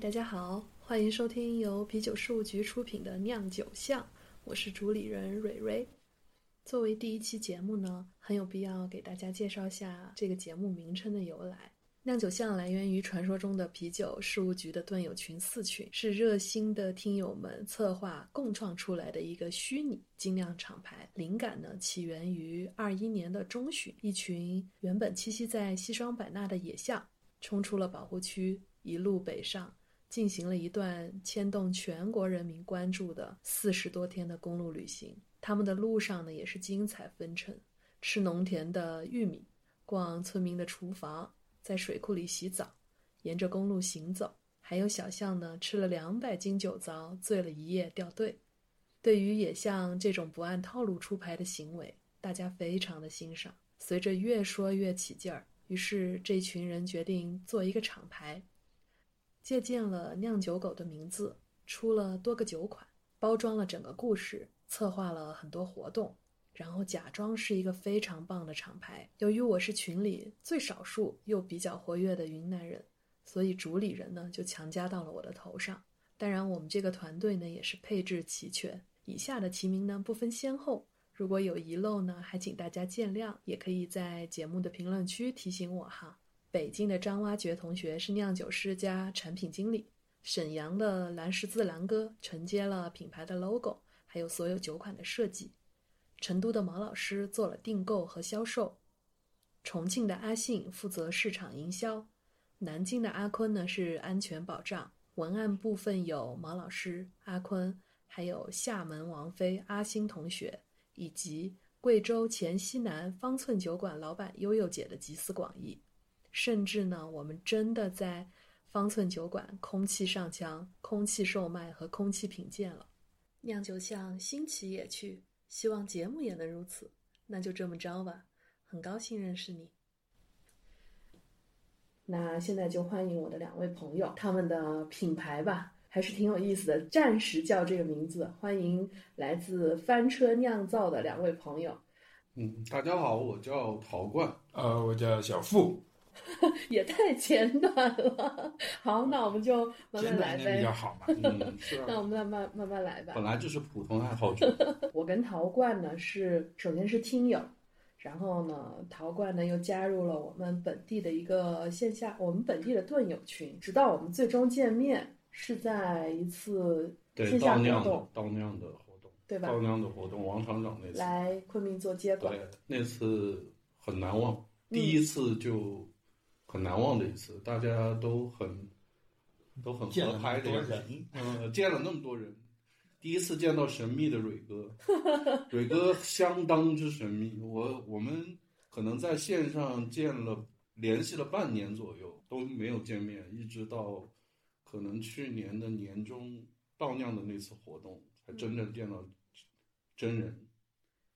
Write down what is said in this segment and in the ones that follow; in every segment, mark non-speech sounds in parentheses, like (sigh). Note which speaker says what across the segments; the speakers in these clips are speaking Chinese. Speaker 1: 大家好，欢迎收听由啤酒事务局出品的《酿酒巷》，我是主理人蕊蕊。作为第一期节目呢，很有必要给大家介绍下这个节目名称的由来。酿酒巷来源于传说中的啤酒事务局的段友群四群，是热心的听友们策划共创出来的一个虚拟精酿厂牌。灵感呢起源于二一年的中旬，一群原本栖息在西双版纳的野象，冲出了保护区，一路北上，进行了一段牵动全国人民关注的四十多天的公路旅行。他们的路上呢也是精彩纷呈，吃农田的玉米，逛村民的厨房。在水库里洗澡，沿着公路行走，还有小象呢，吃了两百斤酒糟，醉了一夜掉队。对于野象这种不按套路出牌的行为，大家非常的欣赏。随着越说越起劲儿，于是这群人决定做一个厂牌，借鉴了酿酒狗的名字，出了多个酒款，包装了整个故事，策划了很多活动。然后假装是一个非常棒的厂牌。由于我是群里最少数又比较活跃的云南人，所以主理人呢就强加到了我的头上。当然，我们这个团队呢也是配置齐全。以下的提名呢不分先后，如果有遗漏呢，还请大家见谅，也可以在节目的评论区提醒我哈。北京的张挖掘同学是酿酒师加产品经理，沈阳的蓝十字蓝哥承接了品牌的 logo，还有所有酒款的设计。成都的毛老师做了订购和销售，重庆的阿信负责市场营销，南京的阿坤呢是安全保障。文案部分有毛老师、阿坤，还有厦门王菲、阿星同学，以及贵州黔西南方寸酒馆老板悠悠姐的集思广益。甚至呢，我们真的在方寸酒馆空气上墙、空气售卖和空气品鉴了。酿酒巷新奇野趣。希望节目也能如此，那就这么着吧。很高兴认识你。那现在就欢迎我的两位朋友，他们的品牌吧，还是挺有意思的，暂时叫这个名字。欢迎来自翻车酿造的两位朋友， (laughs)
Speaker 2: 嗯，大家好，我叫陶冠，
Speaker 3: 呃，我叫小付，
Speaker 1: 也太简短了。好，那我们就慢慢
Speaker 3: 简
Speaker 1: 来
Speaker 3: 短点比
Speaker 1: 呗
Speaker 3: 较。好嘛。
Speaker 1: (laughs)
Speaker 2: 嗯，是啊，
Speaker 1: 那我们慢慢慢慢来吧。
Speaker 2: 本来就是普通爱好者，
Speaker 1: (laughs) 我跟陶罐呢是首先是听友，然后呢，陶罐呢又加入了我们本地的一个线下我们本地的盾友群，直到我们最终见面是在一次
Speaker 2: 对，
Speaker 1: 线下
Speaker 2: 到
Speaker 1: 活
Speaker 2: 酿
Speaker 1: 动
Speaker 2: 的，到酿的活动，
Speaker 1: 对吧
Speaker 2: 到酿的活动，王厂长那次，
Speaker 1: 来昆明做接管。
Speaker 2: 对，那次很难忘，
Speaker 1: 嗯
Speaker 2: 第一次就很难忘的一次，大家都很都很
Speaker 3: 见
Speaker 2: 合
Speaker 3: 了
Speaker 2: 拍的
Speaker 3: 很多
Speaker 2: 样子，
Speaker 3: 人，
Speaker 2: 嗯，见了那么多人。第一次见到神秘的蕊哥，蕊哥相当之神秘。我我们可能在线上见了，联系了半年左右都没有见面，一直到可能去年的年中到酿的那次活动，才真正见到真人，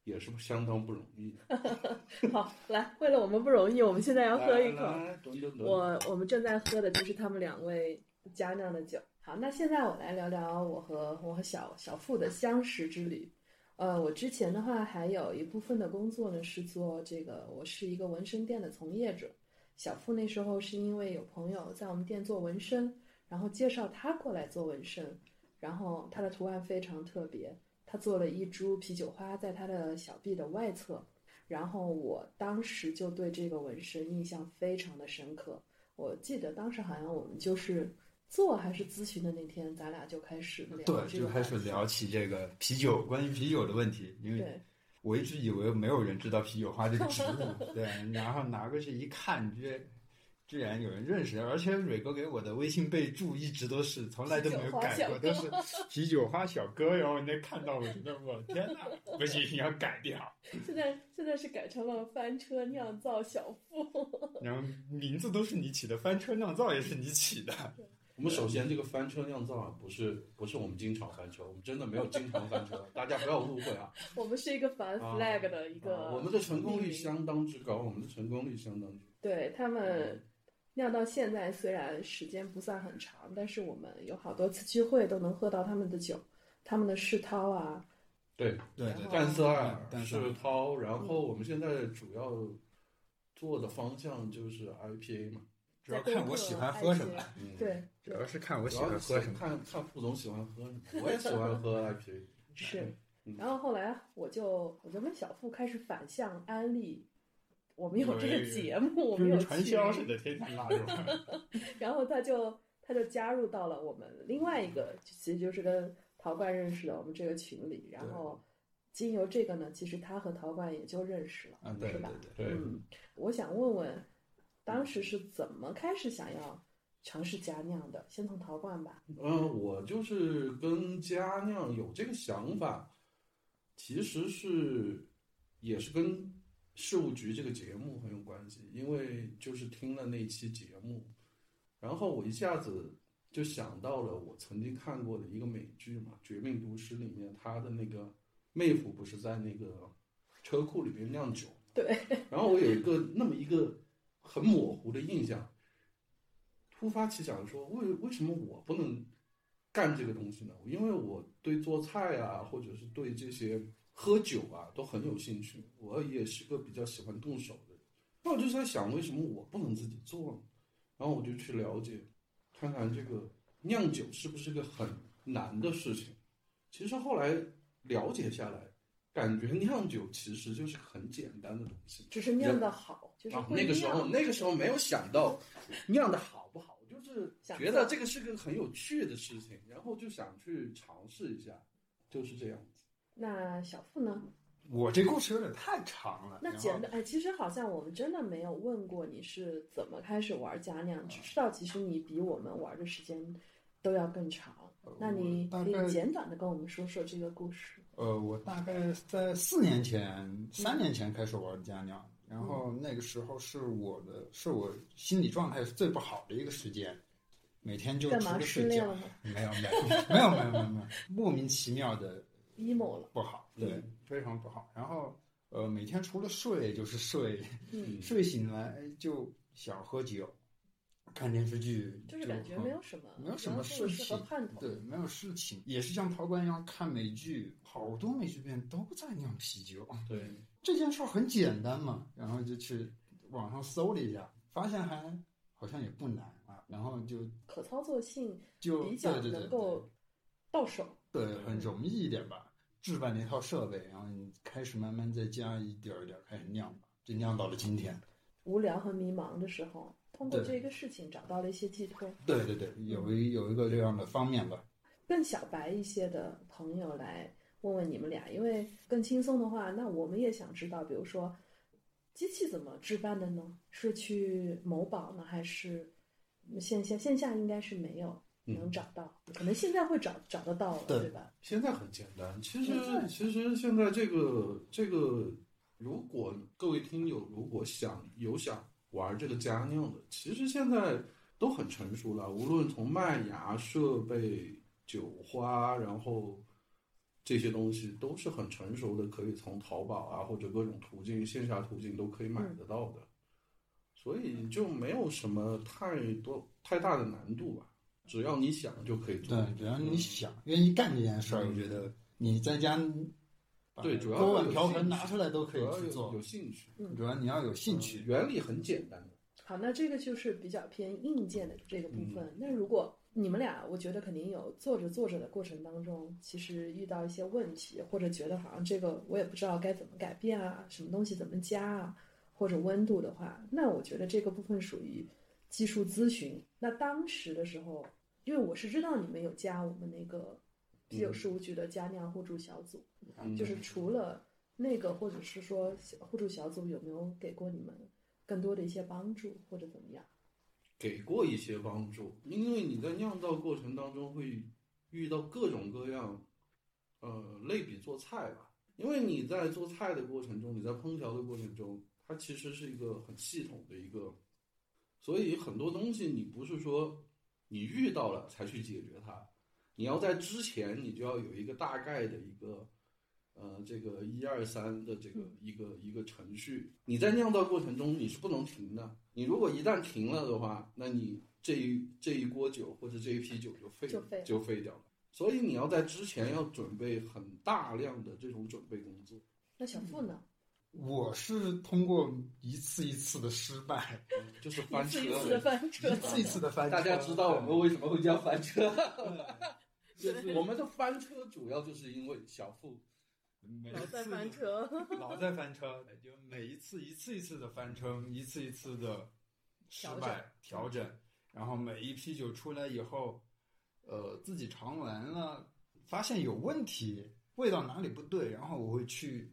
Speaker 2: 也是相当不容易。
Speaker 1: (laughs) 好，来，为了我们不容易，我们现在要喝一口。
Speaker 2: 来，来等等等，
Speaker 1: 我我们正在喝的就是他们两位佳酿的酒。好，那现在我来聊聊我和我和小小付的相识之旅。呃，我之前的话还有一部分的工作呢是做这个，我是一个纹身店的从业者。小付那时候是因为有朋友在我们店做纹身，然后介绍他过来做纹身，然后他的图案非常特别，他做了一株啤酒花在他的小臂的外侧，然后我当时就对这个纹身印象非常的深刻。我记得当时好像我们就是做还是咨询的那天，咱俩就开始聊
Speaker 3: 对，
Speaker 1: 这个
Speaker 3: 就
Speaker 1: 话
Speaker 3: 开始
Speaker 1: 题
Speaker 3: 聊起这个啤酒，关于啤酒的问题，因为
Speaker 1: 对
Speaker 3: 我一直以为没有人知道啤酒花这个植
Speaker 1: (laughs)
Speaker 3: 物，对，然后拿过去一看，居然居然有人认识，而且蕊哥给我的微信备注一直都是从来都没有改过，
Speaker 1: 啤酒
Speaker 3: 都是啤酒花小哥，然后人家看到我觉得我天哪，不行，要改掉，
Speaker 1: 现在现在是改成了翻车酿造小腹。
Speaker 3: 然后名字都是你起的，翻车酿造也是你起的，
Speaker 2: 我们首先这个翻车酿造啊，不是不是我们经常翻车，我们真的没有经常翻车，大家不要误会啊。
Speaker 1: 我们是一个反
Speaker 2: 啊
Speaker 1: flag 的一个、
Speaker 2: 啊我们的成功率相当之高，我们的成功率相当之高。
Speaker 1: 对他们酿到现在，虽然时间不算很长，但是我们有好多次聚会都能喝到他们的酒，他们的世涛啊，
Speaker 2: 对，
Speaker 3: 对
Speaker 1: 然
Speaker 3: 对
Speaker 1: 后嗯
Speaker 2: 淡色艾
Speaker 3: 淡
Speaker 2: 尔
Speaker 3: 色艾尔
Speaker 2: 是涛，然后我们现在主要做的方向就是 IPA 嘛，
Speaker 3: 主要看我喜欢喝什么，
Speaker 2: 嗯，
Speaker 1: 对，
Speaker 3: 主要是看我
Speaker 2: 主
Speaker 3: 喜
Speaker 2: 要
Speaker 3: 欢
Speaker 2: 是
Speaker 3: 喝什么。
Speaker 2: 看看副总喜欢喝什么，我也喜欢喝 IPA。
Speaker 1: 是
Speaker 2: 嗯。
Speaker 1: 然后后来啊我就我就跟小付开始反向安利，我们有这个节目，我
Speaker 3: 哎就
Speaker 1: 们有
Speaker 3: 是传
Speaker 1: 去
Speaker 3: 销似的，天天拉着
Speaker 1: (laughs)
Speaker 3: 我。
Speaker 1: 然后他就他就加入到了我们另外一
Speaker 3: 嗯
Speaker 1: 个，其实就是跟陶罐认识的我们这个群里。然后经由这个呢，其实他和陶罐也就认识了，
Speaker 3: 啊，对
Speaker 1: 是
Speaker 3: 对
Speaker 1: 吧？
Speaker 3: 对，
Speaker 2: 对，
Speaker 1: 嗯，我想问问，当时是怎么开始想要尝试加酿的？先从陶罐吧。
Speaker 2: 嗯，我就是跟佳酿有这个想法，其实是也是跟事务局这个节目很有关系，因为就是听了那期节目，然后我一下子就想到了我曾经看过的一个美剧嘛，《绝命毒师》里面他的那个妹夫不是在那个车库里面酿酒，
Speaker 1: 对，
Speaker 2: 然后我有一个那么一个很模糊的印象，突发奇想说，为为什么我不能干这个东西呢？因为我对做菜啊，或者是对这些喝酒啊，都很有兴趣。我也是个比较喜欢动手的人。那我就在想，为什么我不能自己做呢？然后我就去了解，看看这个酿酒是不是个很难的事情。其实后来了解下来，感觉酿酒其实就是很简单的东西。
Speaker 1: 只是酿的好，就是
Speaker 3: 哦
Speaker 2: 啊，
Speaker 1: 会
Speaker 2: 那个时候
Speaker 1: 酿
Speaker 2: 那个时候没有想到酿的好不好，就是
Speaker 1: 想
Speaker 2: 觉得
Speaker 1: 做
Speaker 2: 这个是个很有趣的事情，然后就想去尝试一下，就是这样子。
Speaker 1: 那小付呢？
Speaker 3: 我这故事有点太长了。
Speaker 1: 那
Speaker 3: 然后
Speaker 1: 简单哎，其实好像我们真的没有问过你是怎么开始玩家酿，
Speaker 3: 啊
Speaker 1: 只知道其实你比我们玩的时间都要更长。那你
Speaker 3: 呃大
Speaker 1: 可以
Speaker 3: 概
Speaker 1: 简短的跟我们说说这个故事。
Speaker 3: 呃，我大概在四年前、三年前开始玩家酿，然后那个时候是我的，是我心理状态是最不好的一个时间，每天就
Speaker 1: 干
Speaker 3: 除
Speaker 1: 嘛
Speaker 3: 了
Speaker 1: 失
Speaker 3: 睡
Speaker 1: 恋
Speaker 3: 觉
Speaker 1: 了，吗
Speaker 3: 没有没有没有没有没有没有，莫名其妙的
Speaker 1: ？emo 了，
Speaker 3: 不好，对
Speaker 2: 嗯，
Speaker 3: 非常不好。然后呃，每天除了睡就是睡，
Speaker 1: 嗯，
Speaker 3: 睡醒来哎就想喝酒，看电视剧，
Speaker 1: 就是感觉
Speaker 3: 很
Speaker 1: 没有什么，
Speaker 3: 哦没有什
Speaker 1: 然
Speaker 3: 么
Speaker 1: 后
Speaker 3: 事
Speaker 1: 是和
Speaker 3: 情，
Speaker 1: 盼头，
Speaker 3: 对，没有事情，也是像陶罐一样看美剧，好多美剧片都在酿啤酒，
Speaker 2: 对，
Speaker 3: 这件事儿很简单嘛，然后就去网上搜了一下，发现还好像也不难啊，然后就
Speaker 1: 可操作性
Speaker 3: 就
Speaker 1: 比较
Speaker 3: 对对对
Speaker 1: 能够到手。
Speaker 3: 对对很容易一点吧，置办了一套设备，然后你开始慢慢在家一点儿一点儿开始酿吧，就酿到了今天。
Speaker 1: 无聊和迷茫的时候，通过
Speaker 3: 对
Speaker 1: 这个事情找到了一些寄托。
Speaker 3: 对对对，有一有一个这样的方面吧。
Speaker 1: 更小白一些的朋友来问问你们俩，因为更轻松的话，那我们也想知道，比如说机器怎么置办的呢？是去某宝呢，还是线下？线下应该是没有
Speaker 2: 嗯
Speaker 1: 能找到，可能现在会找找得到了，
Speaker 3: 对
Speaker 1: 对吧？
Speaker 2: 现在很简单。其实
Speaker 3: 现在
Speaker 2: 其实现在这个这个，如果各位听友如果想有想玩这个佳酿的，其实现在都很成熟了，无论从麦芽设备、酒花，然后。这些东西都是很成熟的，可以从淘宝啊或者各种途径、线下途径都可以买
Speaker 3: 嗯
Speaker 2: 得到的，所以就没有什么太多太大的难度吧，只要你想就可以做。
Speaker 3: 对，只要你
Speaker 2: 嗯
Speaker 3: 想愿意干这件事儿，
Speaker 2: 嗯
Speaker 3: 我觉得你在家把
Speaker 2: 对主要
Speaker 3: 锅
Speaker 2: 是
Speaker 3: 碗
Speaker 2: 有
Speaker 3: 瓢
Speaker 2: 兴
Speaker 3: 盆
Speaker 2: 趣
Speaker 3: 拿出来都可以
Speaker 2: 主要
Speaker 3: 去
Speaker 2: 有
Speaker 3: 做嗯
Speaker 2: 有，嗯兴趣，
Speaker 3: 主要你要有兴趣。
Speaker 2: 原理很简单的。
Speaker 1: 好，那这个就是比较偏硬件的这个部分。那如果你们俩，我觉得肯定有做着做着的过程当中，其实遇到一些问题，或者觉得好像这个我也不知道该怎么改变啊，什么东西怎么加啊，或者温度的话，那我觉得这个部分属于技术咨询。那当时的时候，因为我是知道你们有加我们那个啤酒
Speaker 2: 嗯
Speaker 1: 事务局的加酿互助小组，
Speaker 2: 嗯
Speaker 1: 就是除了那个，或者是说互助小组有没有给过你们更多的一些帮助，或者怎么样？
Speaker 2: 给过一些帮助，因为你在酿造过程当中会遇到各种各样，呃，类比做菜吧。因为你在做菜的过程中，你在烹调的过程中，它其实是一个很系统的一个，所以很多东西你不是说你遇到了才去解决它，你要在之前你就要有一个大概的一个，呃，这个一二三的这个
Speaker 4: 嗯
Speaker 2: 一个一个程序。你在酿造过程中你是不能停的，你如果一旦停了的话，那你这一这一锅酒或者这一批酒就废
Speaker 1: 就废了
Speaker 2: 就废掉了。所以你要在之前要准备很大量的这种准备工作。嗯
Speaker 1: 那小付呢？
Speaker 3: 我是通过一次一次的失
Speaker 2: (laughs)
Speaker 3: 败，
Speaker 2: 就是翻
Speaker 4: 一
Speaker 2: 车
Speaker 4: 次，一次的翻车
Speaker 3: 一，次一次的翻车。
Speaker 2: 大家知道我们为什么会叫翻车？就是
Speaker 1: 对
Speaker 2: 我们的翻车主要就是因为小付，
Speaker 3: 每
Speaker 4: 老
Speaker 3: 次
Speaker 4: 在翻车，
Speaker 3: (laughs) 老在翻车，就每一次一次一次的翻车，一次一次的失败调整，然后每一批酒出来以后，呃，自己尝完了，发现有问题，味道哪里不对，然后我会去，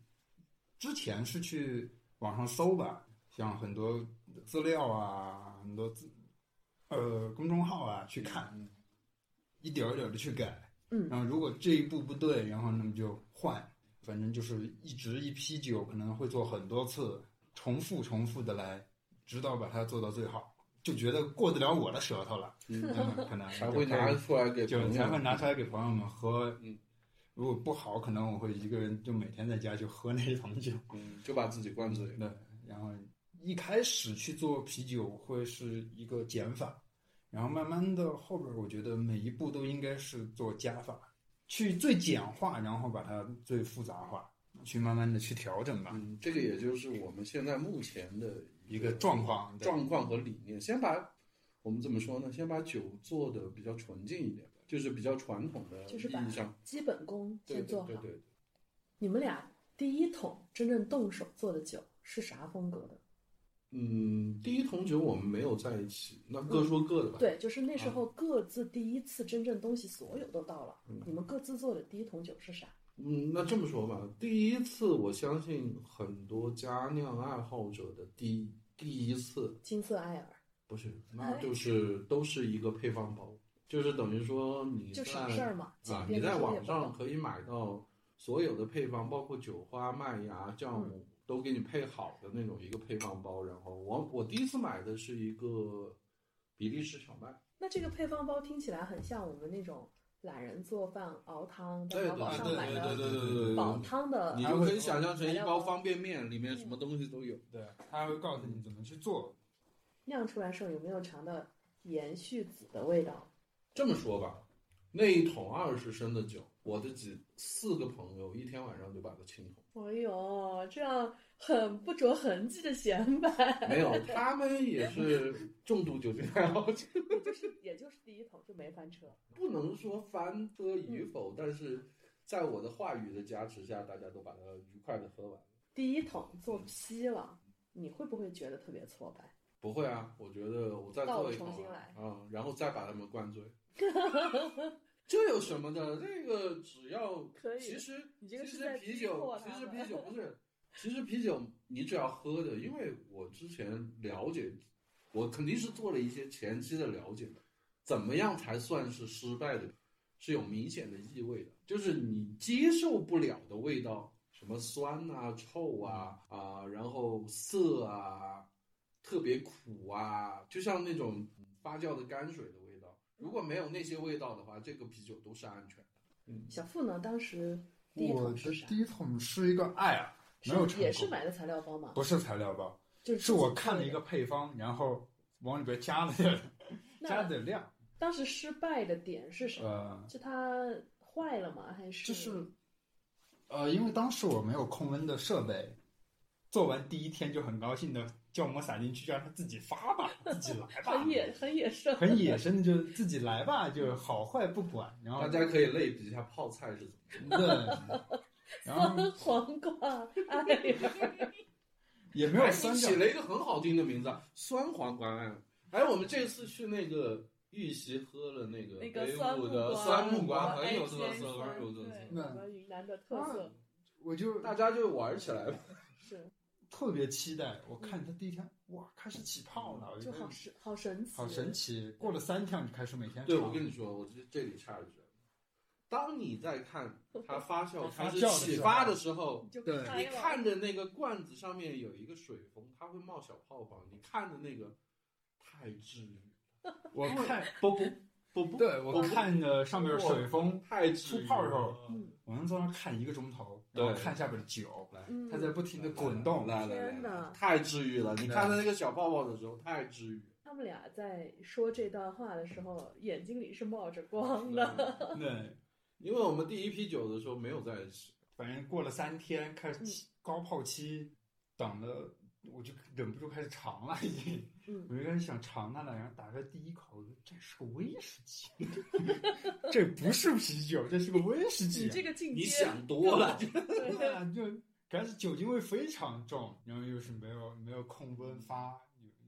Speaker 3: 之前是去网上搜吧，像很多资料啊，很多资，呃，公众号啊去看，一点儿一点的去改，
Speaker 1: 嗯
Speaker 3: 然后如果这一步不对，然后那么就换，反正就是一直一批酒可能会做很多次，重复重复的来，直到把它做到最好，就觉得过得了我的舌头了，嗯，可能
Speaker 2: 才会拿出来给
Speaker 3: 就
Speaker 2: 朋
Speaker 3: 才会
Speaker 2: 友。
Speaker 3: 拿出来给朋友们喝，
Speaker 2: 嗯，
Speaker 3: 如果不好，可能我会一个人就每天在家就喝那一桶酒，
Speaker 2: 嗯，就把自己灌醉。
Speaker 3: 对，然后一开始去做啤酒会是一个减法，然后慢慢的后边儿我觉得每一步都应该是做加法，去最简化，然后把它最复杂化，去慢慢的去调整吧，
Speaker 2: 嗯，这个也就是我们现在目前的
Speaker 3: 一个状况。对
Speaker 2: 状况和理念。先把我们怎么说呢？先把酒做的比较纯净一点，就是比较传统
Speaker 1: (laughs)
Speaker 2: 的
Speaker 1: 就
Speaker 2: 意
Speaker 1: 是把
Speaker 2: 义上，
Speaker 1: 基本功
Speaker 2: 对
Speaker 1: 先做
Speaker 2: 对
Speaker 1: 好。
Speaker 2: 对对，
Speaker 1: 你们俩第一桶真正动手做的酒是啥风格的？
Speaker 2: 嗯，第一桶酒我们没有在一起，那各说各的吧。
Speaker 1: 对，就是那时候各自第一次真正东西所有都到了，
Speaker 2: 嗯
Speaker 1: 你们各自做的第一桶酒是啥？
Speaker 2: 嗯，那这么说吧，第一次我相信很多佳酿爱好者的第第一次
Speaker 1: 金色艾尔，
Speaker 2: 不是，
Speaker 1: 哎
Speaker 2: 那就是都是一个配方包，就是等于说你
Speaker 1: 就
Speaker 2: 在
Speaker 1: 省事儿嘛，
Speaker 2: 啊
Speaker 1: 简，
Speaker 2: 你
Speaker 1: 便
Speaker 2: 在
Speaker 1: 的
Speaker 2: 网上可以买到所有的配方，包括酒花、麦芽、酵
Speaker 1: 嗯
Speaker 2: 母，都给你配好的那种一个配方包。然后我我第一次买的是一个比利时小麦，
Speaker 1: 那这个配方包听起来很像我们那种懒人做饭熬汤，在
Speaker 2: 对
Speaker 1: 淘宝
Speaker 2: 对
Speaker 1: 上买
Speaker 3: 哎对对
Speaker 1: 的
Speaker 3: 对对对对
Speaker 1: 煲汤的
Speaker 2: 你
Speaker 3: 还
Speaker 2: 就
Speaker 3: 会
Speaker 2: 可以
Speaker 3: 有
Speaker 2: 想象成一
Speaker 1: 材料
Speaker 2: 包
Speaker 1: 包嗯
Speaker 2: 方便面，里面什么东西都有。
Speaker 3: 对，他会告诉你怎么去做。
Speaker 1: 酿出来时候有没有尝到延续子的味道？
Speaker 2: 这么说吧，那一桶二十升的酒，我的几四个朋友一天晚上就把它清空。
Speaker 1: 哎呦，这样很不着痕迹的显摆，
Speaker 2: 没有，他们也是重度酒精爱好者，
Speaker 1: (laughs) 也就是也就是第一桶就没翻车。
Speaker 2: 不能说翻车
Speaker 1: 嗯
Speaker 2: 与否，但是在我的话语的加持下，大家都把它愉快的喝完。
Speaker 1: 第一桶做批了，你会不会觉得特别挫败？
Speaker 2: 不会啊，我觉得我再做一桶
Speaker 1: 倒重新来
Speaker 2: 啊、嗯，然后再把他们灌
Speaker 1: (laughs)
Speaker 2: 醉。这有什么的？这个只要
Speaker 1: 可以
Speaker 2: 其实
Speaker 1: 你这个
Speaker 2: 其
Speaker 1: 是
Speaker 2: 实
Speaker 1: 在
Speaker 2: 啤
Speaker 1: 逼迫
Speaker 2: 酒，
Speaker 1: 他
Speaker 2: 其实
Speaker 1: 们 (laughs)
Speaker 2: 啤酒不是，其实啤酒你只要喝的，因为我之前了解，我肯定是做了一些前期的了解的，怎么样才算是失败的，是有明显的异味的，就是你接受不了的味道，什么酸啊、臭啊啊，然后涩啊，特别苦啊，就像那种发酵的泔水的味道。如果没有那些味道的话，这个啤酒都是安全的。嗯，
Speaker 1: 小付呢？当时第一
Speaker 3: 我
Speaker 1: 桶
Speaker 3: 的
Speaker 1: 是啥？
Speaker 3: 第一桶是一个爱尔，没有成
Speaker 1: 也是
Speaker 3: 功
Speaker 1: 买的材料包嘛？
Speaker 3: 不是材料包，
Speaker 1: 就是
Speaker 3: 是我看了一个配方，然后往里边加了点加了
Speaker 1: 那
Speaker 3: 点料，
Speaker 1: 当时失败的点是什么？
Speaker 3: 呃，
Speaker 1: 是它坏了吗？还是
Speaker 3: 就是，呃，因为当时我没有控温的设备，做完第一天就很高兴的酵母撒进去，让它自己发吧，自己来吧，
Speaker 1: 很野很野
Speaker 2: (laughs)
Speaker 1: 生？
Speaker 3: 很野生的就自己来吧，就好坏不管。然后
Speaker 2: 大家可以类比一下泡菜是怎么。
Speaker 3: 对，然后
Speaker 1: 黄瓜， (laughs) 哎呀，
Speaker 3: 也没有
Speaker 2: 哎
Speaker 3: 酸
Speaker 2: 你
Speaker 3: 掉
Speaker 2: 起，了一个很好听的名字，啊，酸黄瓜案。哎，我们这次去那个玉溪喝了那个
Speaker 4: 那个
Speaker 2: 北
Speaker 4: 酸
Speaker 2: 武
Speaker 4: 木
Speaker 2: 的
Speaker 4: 瓜
Speaker 2: 酸木
Speaker 4: 哎
Speaker 2: 瓜，很有特
Speaker 4: 天
Speaker 2: 色，
Speaker 4: 酸
Speaker 2: 很有特
Speaker 4: 对
Speaker 2: 色。
Speaker 1: 我
Speaker 3: 那
Speaker 1: 们云南的特色
Speaker 3: 我就
Speaker 2: 大家就玩起来了。嗯
Speaker 1: 是，
Speaker 3: 特别期待。我看它第一天，哇，开始起泡了，我
Speaker 1: 就
Speaker 3: 觉得
Speaker 1: 好神好神奇，
Speaker 3: 好神奇。过了三天，我就开始每天
Speaker 2: 对，
Speaker 3: 尝
Speaker 2: 我跟你说，我这这里插一句，当你在看它
Speaker 1: (laughs)
Speaker 2: 发酵
Speaker 3: 发
Speaker 2: 开始
Speaker 3: 酵的
Speaker 2: 起
Speaker 3: 时候
Speaker 2: 发的时候
Speaker 4: 你，就
Speaker 3: 对
Speaker 4: 开
Speaker 2: 你
Speaker 4: 了
Speaker 2: 看着那个罐子上面有一个水封，它会冒小泡泡，你看着那个太治愈了。
Speaker 3: 我看，
Speaker 2: 不不不不，
Speaker 3: 对我看着上面水封
Speaker 2: 太
Speaker 3: 出
Speaker 2: 治愈
Speaker 3: 泡的时候
Speaker 2: 了。
Speaker 1: 嗯
Speaker 3: 我能坐那儿看一个钟头，
Speaker 2: 对
Speaker 3: 然后看下边的酒，
Speaker 2: 来
Speaker 1: 嗯，
Speaker 3: 它在不停的滚动。 (laughs)
Speaker 2: 来来
Speaker 1: 天
Speaker 2: 来
Speaker 1: 哪，
Speaker 2: 太治愈了！你看到那个小泡泡的时候，太治愈
Speaker 1: 他们俩在说这段话的时候，眼睛里是冒着光的。 (laughs)
Speaker 2: 了。
Speaker 3: 对，
Speaker 2: 因为我们第一批酒的时候没有在一起，
Speaker 1: 嗯
Speaker 3: 反正过了三天，开始起高泡期，等了，我就忍不住开始尝了，已经，
Speaker 1: 嗯
Speaker 3: 我就开始想尝它了，然后打开第一口，我说这是个威士忌， (laughs) 这不是啤酒，这是个威士忌
Speaker 1: 你
Speaker 3: 啊，
Speaker 1: 这个境
Speaker 2: 你
Speaker 1: 界，
Speaker 2: 想多了，
Speaker 3: 对 (laughs) 啊，就但是酒精味非常重，然后又是没有没有控温发，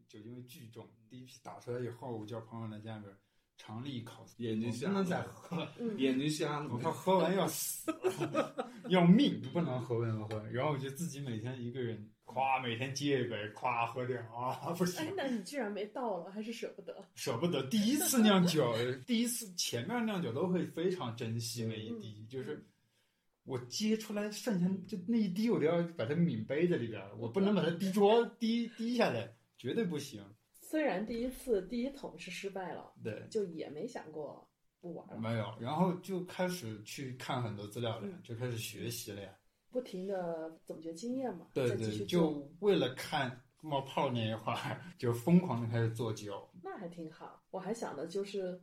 Speaker 3: 酒精味巨重。第一批打出来以后，我叫朋友来家里边尝了一口，
Speaker 2: (laughs) 眼睛瞎
Speaker 3: 我不
Speaker 2: 了
Speaker 3: 能再喝了，
Speaker 1: 嗯，
Speaker 2: 眼睛瞎
Speaker 3: (laughs) 我怕
Speaker 2: 了。
Speaker 3: 喝完要死， (laughs) 要命，不能喝完了喝。然后我就自己每天一个人，夸每天接一杯，夸喝掉啊，不
Speaker 1: 哎
Speaker 3: 行，，
Speaker 1: 那你居然没倒了，还是舍不得。
Speaker 3: 舍不得。第一次酿酒，第一次前面酿酒都会非常珍惜每一滴，
Speaker 1: 嗯
Speaker 3: 就是我接出来剩下就那一滴，我都要把它抿杯子里边儿，我不能把它滴桌滴滴下来，绝对不行。
Speaker 1: 虽然第一次第一桶是失败了，
Speaker 3: 对，
Speaker 1: 就也没想过不玩了，
Speaker 3: 没有，然后就开始去看很多资料了呀
Speaker 1: 嗯，
Speaker 3: 就开始学习了呀。
Speaker 1: 不停的总结经验嘛，
Speaker 3: 对
Speaker 1: 再继续做，
Speaker 3: 对，就为了看冒泡那一会儿，就疯狂的开始做酒。
Speaker 1: 那还挺好。我还想的就是。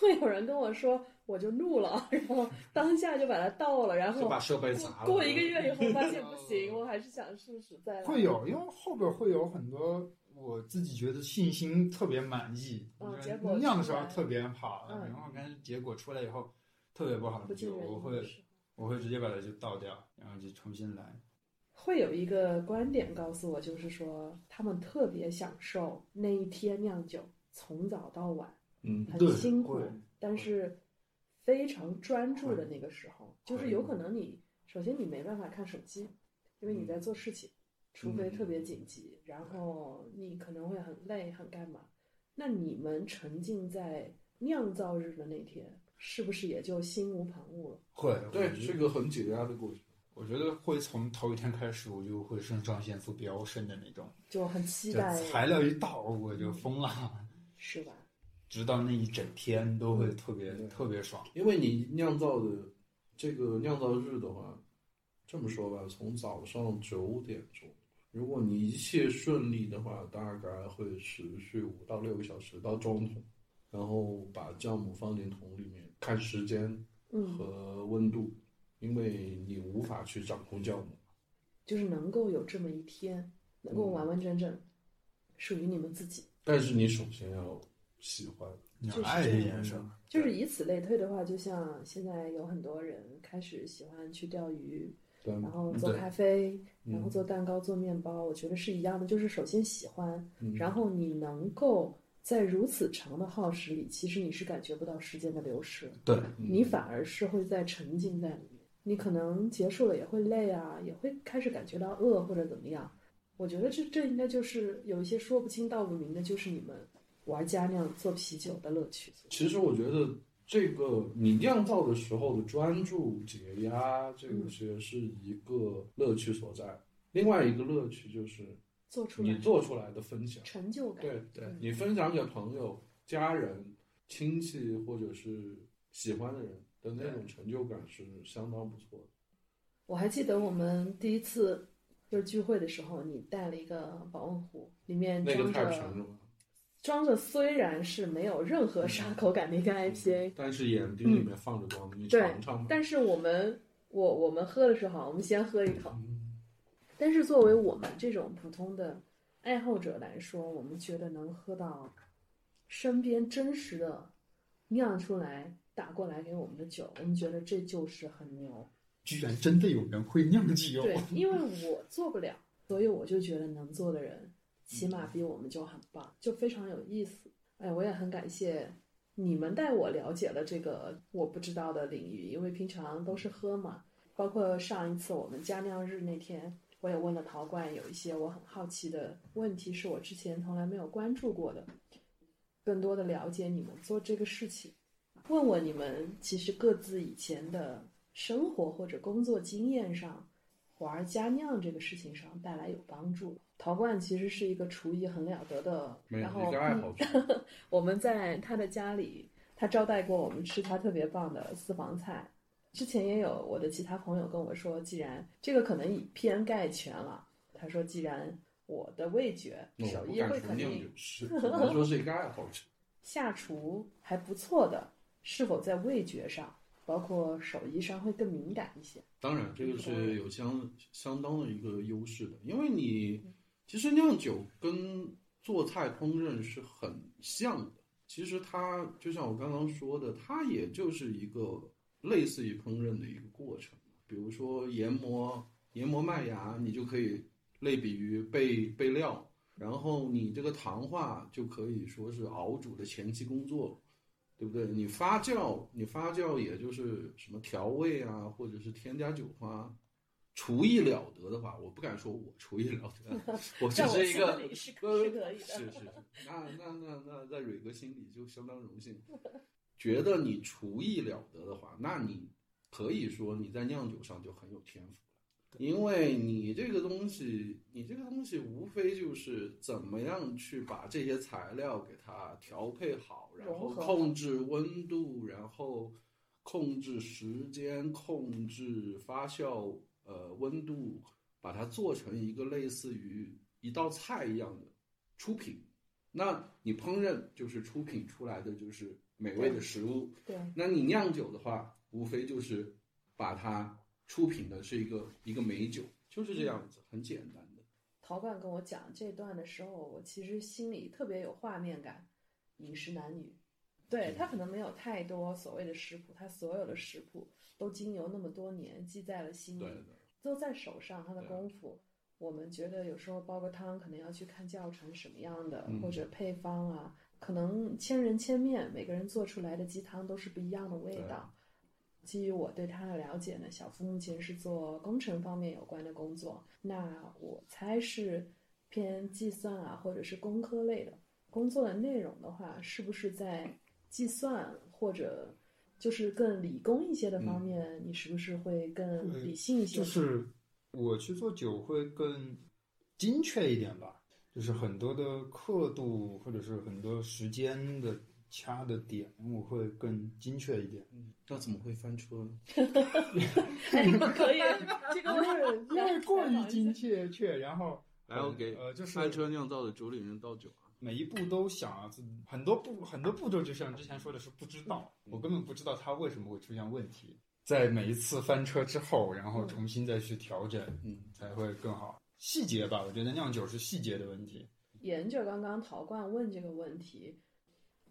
Speaker 1: 会有人跟我说，我就怒了， (laughs) 然后当下就把它倒了，然后
Speaker 2: 就把设备砸了。
Speaker 1: 过一个月以后发现不行，我还是想试试再来。
Speaker 3: 会有，因为后边会有很多我自己觉得信心特别满意，
Speaker 1: 嗯
Speaker 3: 就是
Speaker 1: 结果
Speaker 3: 酿的时
Speaker 1: 出
Speaker 3: 候
Speaker 1: 来
Speaker 3: 特别好，
Speaker 1: 嗯
Speaker 3: 然后但是结果出来以后特别不好
Speaker 1: 不
Speaker 3: 的
Speaker 1: 尽
Speaker 3: 酒，
Speaker 1: 人
Speaker 3: 我
Speaker 1: 意
Speaker 3: 会
Speaker 1: 的时候
Speaker 3: 我会直接把它就倒掉，然后就重新来。
Speaker 1: 会有一个观点告诉我，就是说他们特别享受那一天酿酒，从早到晚，
Speaker 2: 嗯，
Speaker 1: 很
Speaker 3: 对
Speaker 1: 辛苦
Speaker 3: 会，
Speaker 1: 但是非常专注的那个时候，就是有可能你首先你没办法看手机，因
Speaker 3: 嗯
Speaker 1: 为你在做事情，除非特别紧急，然后你可能会很累，很干嘛。那你们沉浸在酿造日的那天，是不是也就心无旁骛了？
Speaker 3: 会，
Speaker 2: 对，
Speaker 3: 我觉
Speaker 2: 是
Speaker 3: 得
Speaker 2: 个很解压的过程。
Speaker 3: 我觉得会从头一天开始，我就会肾上腺素飙升的那种，
Speaker 1: 就很期
Speaker 3: 就
Speaker 1: 待，嗯
Speaker 3: 材料一到我就疯了，
Speaker 1: 是吧？
Speaker 3: 直到那一整天都
Speaker 1: 嗯
Speaker 3: 会特别
Speaker 2: 对
Speaker 3: 特别爽。
Speaker 2: 因为你酿造的这个酿造日的话，这么说吧，从早上九点钟，如果你一切顺利的话，大概会持续五到六个小时到中途，然后把酵母放进桶里面，看时间
Speaker 1: 嗯，
Speaker 2: 和温度，因为你无法去掌控酵母。
Speaker 1: 就是能够有这么一天，能够
Speaker 2: 嗯
Speaker 1: 完完整整属于你们自己。
Speaker 2: 但是你首先要喜欢，
Speaker 3: 你
Speaker 1: 就是
Speaker 3: 爱
Speaker 1: 这
Speaker 3: 这
Speaker 1: 样
Speaker 3: 件事儿，
Speaker 1: 就是以此类推的话，就像现在有很多人开始喜欢去钓鱼，
Speaker 2: 对
Speaker 1: 然
Speaker 2: 吗？
Speaker 1: 后做
Speaker 2: 嗯对
Speaker 1: 咖啡，
Speaker 2: 嗯
Speaker 1: 然后做蛋糕、做面包，我觉得是一样的，就是首先喜欢，
Speaker 2: 嗯
Speaker 1: 然后你能够在如此长的耗时里，其实你是感觉不到时间的流逝，
Speaker 3: 对，
Speaker 2: 嗯
Speaker 1: 你反而是会在沉浸在里面。你可能结束了也会累啊，也会开始感觉到饿或者怎么样。我觉得这这应该就是有一些说不清道不明的，就是你们玩家那样做啤酒的乐趣。
Speaker 2: 其实我觉得这个你酿造的时候的专注解压，这个其实是一个乐趣所在。另外一个乐趣就是
Speaker 1: 做出
Speaker 2: 你
Speaker 1: 来
Speaker 2: 做出来的分享，
Speaker 1: 成就感，
Speaker 2: 对对，你分享给朋友、家人、亲戚或者是喜欢的人的那种成就感是相当不错的。
Speaker 1: 我还记得我们第一次就是聚会的时候，你带了一个保温壶，里面
Speaker 2: 那个
Speaker 1: 装
Speaker 2: 太沉
Speaker 1: 着
Speaker 2: 了吧，
Speaker 1: 装着虽然是没有任何沙口感的一个
Speaker 2: 嗯
Speaker 1: IPA，
Speaker 2: 但是眼睛里面放着光，你尝尝吧。
Speaker 1: 嗯但是我们我我们喝的时候，我们先喝一口，
Speaker 2: 嗯
Speaker 1: 但是作为我们这种普通的爱好者来说，我们觉得能喝到身边真实的酿出来打过来给我们的酒，我们觉得这就是很牛。
Speaker 3: 居然真的有人会酿酒，
Speaker 1: 对，因为我做不了，所以我就觉得能做的人起码比我们就很棒，就非常有意思。哎，我也很感谢你们带我了解了这个我不知道的领域，因为平常都是喝嘛，包括上一次我们佳酿日那天。我也问了陶罐有一些我很好奇的问题，是我之前从来没有关注过的，更多的了解你们做这个事情，问问你们其实各自以前的生活或者工作经验上玩儿家酿这个事情上带来有帮助。陶罐其实是一个厨艺很了得的，
Speaker 2: 没有
Speaker 1: 然后
Speaker 2: 一个爱好者，
Speaker 1: (laughs) 我们在他的家里，他招待过我们吃他特别棒的私房菜。之前也有我的其他朋友跟我说，既然这个可能以偏概全了，他说既然我的味觉
Speaker 2: 我
Speaker 1: 手
Speaker 2: 不
Speaker 1: 艺
Speaker 2: 敢
Speaker 1: 会
Speaker 2: 说
Speaker 1: 肯
Speaker 2: 酿
Speaker 1: 定
Speaker 2: 酒师，只能说是一个爱好者。
Speaker 1: 下厨还不错的，是否在味觉上包括手艺上会更敏感一些。
Speaker 2: 当然，这个是有相相当的一个优势的，因为你其实酿酒跟做菜烹饪是很像的。其实它就像我刚刚说的，它也就是一个类似于烹饪的一个过程。比如说研磨研磨麦芽，你就可以类比于备备料，然后你这个糖化就可以说是熬煮的前期工作了。对不对？你发酵，你发酵也就是什么调味啊，或者是添加酒花，厨艺了得的话，我不敢说我厨艺了
Speaker 1: (laughs)
Speaker 2: 得，啊我只是一个呃
Speaker 1: 是可是可以的，
Speaker 2: 是是是，那那那那在蕊哥心里就相当荣幸，觉得你厨艺了得的话，那你可以说你在酿酒上就很有天赋了，因为你这个东西，你这个东西无非就是怎么样去把这些材料给它调配好，然后
Speaker 1: 融合
Speaker 2: 控制温度，然后控制时间，控制发酵呃温度，把它做成一个类似于一道菜一样的出品。那你烹饪就是出品出来的就是美味的食物，
Speaker 1: 对，
Speaker 2: 那你酿酒的话，无非就是把它出品的是一个一个美酒，就是这样子，很简单的。
Speaker 1: 陶罐跟我讲这段的时候，我其实心里特别有画面感，饮食男女。对
Speaker 2: 嗯
Speaker 1: 他可能没有太多所谓的食谱，他所有的食谱都经由那么多年记在了心
Speaker 2: 对
Speaker 1: 里，
Speaker 2: 的，
Speaker 1: 都在手上，他的
Speaker 2: 对啊
Speaker 1: 功夫。我们觉得有时候煲个汤，可能要去看教程什么样的，
Speaker 2: 嗯
Speaker 1: 或者配方啊，可能千人千面，每个人做出来的鸡汤都是不一样的味
Speaker 2: 对啊
Speaker 1: 道。基于我对他的了解呢，小夫目前是做工程方面有关的工作，那我猜是偏计算啊，或者是工科类的。工作的内容的话，是不是在计算或者就是更理工一些的方
Speaker 2: 嗯
Speaker 1: 面，你是不是会更
Speaker 3: 对
Speaker 1: 理性一些？
Speaker 3: 就是我去做酒会更精确一点吧，就是很多的刻度或者是很多时间的掐的点，我会更精确一点。
Speaker 2: 嗯，那怎么会翻车呢？
Speaker 1: 哎， (laughs) 可以，这个
Speaker 3: 因为因为过于精
Speaker 1: 精，
Speaker 3: 确确，然后
Speaker 2: (laughs) 来，我给
Speaker 3: 呃就是
Speaker 2: 翻车酿造的主理人倒酒啊。
Speaker 3: 每一步都想啊，自很多步很多步骤，就像之前说的是不知道，我根本不知道它为什么会出现问题。在每一次翻车之后，然
Speaker 1: 嗯
Speaker 3: 后重新再去调整，
Speaker 2: 嗯，
Speaker 3: 才会更好。细节吧，我觉得酿酒是细节的问题。
Speaker 1: 沿着刚刚陶罐问这个问题，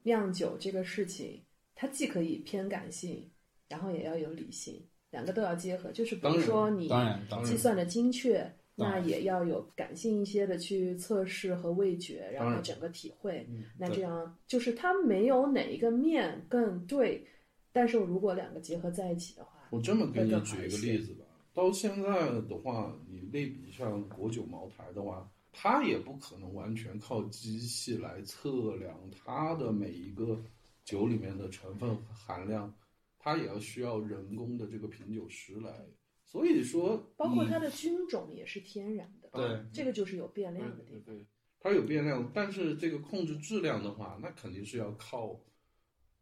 Speaker 1: 酿酒这个事情，它既可以偏感性，然后也要有理性，两个都要结合。就是比如说你
Speaker 3: 当然，当然
Speaker 1: 计，算的精确，
Speaker 3: 当
Speaker 1: 那
Speaker 3: 然
Speaker 1: 也要有感性一些的去测试和味觉，然
Speaker 2: 当
Speaker 1: 后
Speaker 2: 然
Speaker 1: 整个体会。
Speaker 2: 嗯
Speaker 1: 那
Speaker 3: 对
Speaker 1: 这样就是它没有哪一个面更对，但是如果两个结合在一起的话，
Speaker 2: 我这么给
Speaker 1: 会
Speaker 2: 你
Speaker 1: 更好一
Speaker 2: 举一个
Speaker 1: 些
Speaker 2: 例子吧。到现在的话，你类比上国酒茅台的话，它也不可能完全靠机器来测量它的每一个酒里面的成分含量，它也要需要人工的这个品酒师来。所以说你，
Speaker 1: 包括它的菌种也是天然的，
Speaker 3: 嗯对
Speaker 1: 这个就是有变量的地
Speaker 2: 对
Speaker 1: 方。
Speaker 2: 对，它有变量，但是这个控制质量的话，那肯定是要靠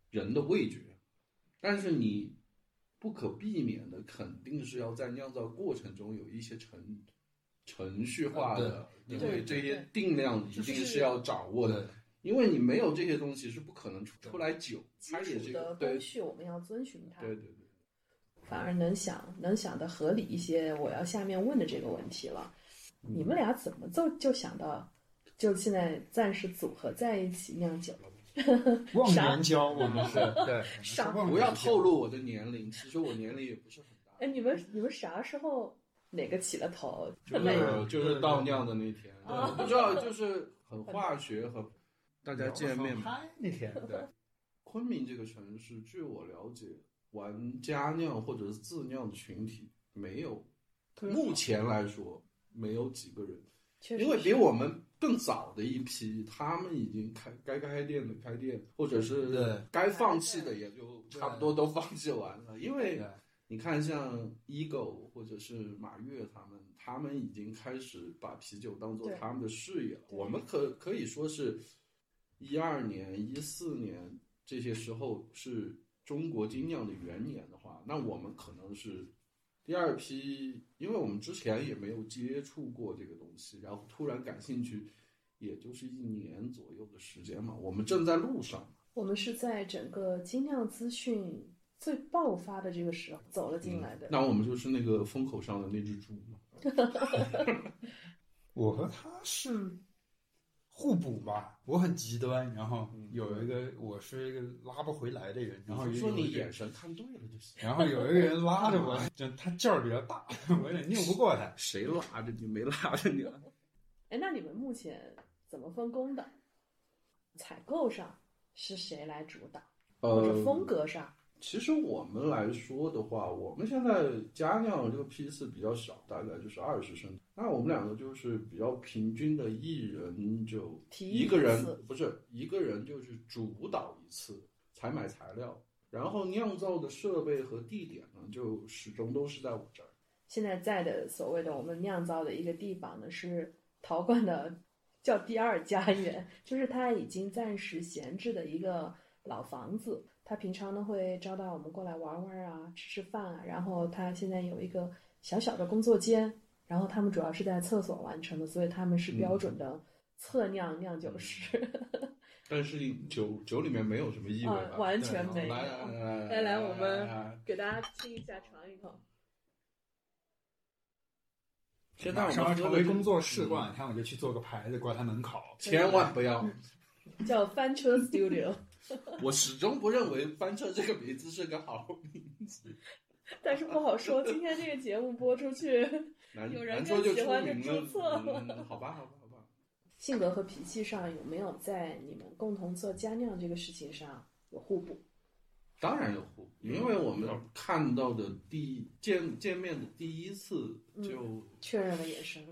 Speaker 2: 人的味觉。但是你不可避免的，肯定是要在酿造过程中有一些程程序化的，
Speaker 3: 对
Speaker 2: 因为
Speaker 1: 对
Speaker 2: 这些
Speaker 1: 对
Speaker 2: 定量一定是要掌握的，因为你没有这些东西是不可能出出来酒，
Speaker 1: 基
Speaker 2: 它也
Speaker 1: 础
Speaker 2: 是一
Speaker 1: 的
Speaker 2: 个对
Speaker 1: 工啊序我们要遵循它，
Speaker 2: 对对对，
Speaker 1: 反而能想能想的合理一些。我要下面问的这个问题了，你
Speaker 2: 嗯
Speaker 1: 们俩怎么就就想到就现在暂时组合在一起酿酒了？
Speaker 3: 忘年交，我们是
Speaker 2: (laughs)
Speaker 3: 对，
Speaker 1: 傻
Speaker 3: 我们是忘年交
Speaker 2: 不要透。露我的年龄，其实我年龄也不是很大。
Speaker 1: 哎，你们你们啥时候哪个起了头？
Speaker 2: 就是就是倒酿的那天，
Speaker 1: 啊
Speaker 2: 不知道就是很化学和大家见面嘛。
Speaker 3: 嗨那天，对，
Speaker 2: 昆明这个城市，据我了解，玩家酿或者是自酿的群体没有，目前来说没有几个人，
Speaker 1: 确实
Speaker 2: 因为
Speaker 1: 是
Speaker 2: 比我们更早的一批，他们已经开该开店的开店，或者是
Speaker 3: 对
Speaker 2: 该放弃的也就差不多都放弃完了，因为。你看，像 Ego 或者是马跃他们，他们已经开始把啤酒当做
Speaker 1: 对
Speaker 2: 他们的事业了。
Speaker 1: 对
Speaker 2: 我们可可以说是，一二年、一四年这些时候是中国精酿的元年的话，那我们可能是第二批，因为我们之前也没有接触过这个东西，然后突然感兴趣，也就是一年左右的时间嘛。我们正在路上，
Speaker 1: 我们是在整个精酿资讯最爆发的这个时候走了
Speaker 2: 嗯
Speaker 1: 进来的。
Speaker 2: 那我们就是那个风口上的那只猪嘛。
Speaker 3: 我和他是
Speaker 1: 嗯
Speaker 3: 互补吧，我很极端，然后有一个我是一个拉不回来的人，然后
Speaker 2: 你嗯
Speaker 3: 有
Speaker 2: 说你
Speaker 3: 一个
Speaker 2: 眼神看对了就行。
Speaker 3: 然后有一个人拉着我， (laughs) 就他劲儿比较大，我有点拧不过他。
Speaker 2: 谁拉着你？没拉着你啊。
Speaker 1: 哎，那你们目前怎么分工的？采购上是谁来主导，或者风格上？
Speaker 2: 呃其实我们来说的话，我们现在家酿这个批次比较小，大概就是二十升。那我们两个就是比较平均的，一人就
Speaker 1: 提
Speaker 2: 一个人
Speaker 1: 一次
Speaker 2: 不是一个人就是主导一次采买材料，然后酿造的设备和地点呢，就始终都是在我这儿。
Speaker 1: 现在在的所谓的我们酿造的一个地方呢，是陶罐的 (laughs) 叫第二家园，就是它已经暂时闲置的一个老房子。它平常呢会招待我们过来玩玩啊，吃吃饭啊。然后它现在有一个小小的工作间，然后他们主要是在厕所完成的，所以他们是标准的测酿酿酒师， (laughs)
Speaker 2: 但是酒酒里面没有什么异味吧？
Speaker 1: 嗯，完全没有。
Speaker 2: 来来来
Speaker 1: 来来我们
Speaker 2: 来
Speaker 1: 给大家亲一下，尝一口。
Speaker 2: 现在
Speaker 3: 马
Speaker 2: 我
Speaker 3: 上要
Speaker 2: 们
Speaker 3: 成为工作
Speaker 2: 室
Speaker 3: 室，过两天我就去做个牌子挂他门口。
Speaker 2: 嗯千万不
Speaker 1: 嗯
Speaker 2: 要。
Speaker 1: 叫翻车 Studio，
Speaker 2: (laughs) 我始终不认为翻车这个名字是个好名字，
Speaker 1: 但是不好说。今天这个节目播出去，
Speaker 2: 难
Speaker 1: 有人
Speaker 2: 难说就出
Speaker 1: 更
Speaker 2: 名
Speaker 1: 喜欢就
Speaker 2: 了。
Speaker 1: 注册了
Speaker 2: 嗯，好吧，好吧，好吧。
Speaker 1: 性格和脾气上有没有在你们共同做家酿这个事情上有互补？
Speaker 2: 当然有互补，因为我们
Speaker 3: 嗯
Speaker 2: 看到的第一见见面的第一次
Speaker 1: 嗯
Speaker 2: 就，
Speaker 1: 确认了眼神，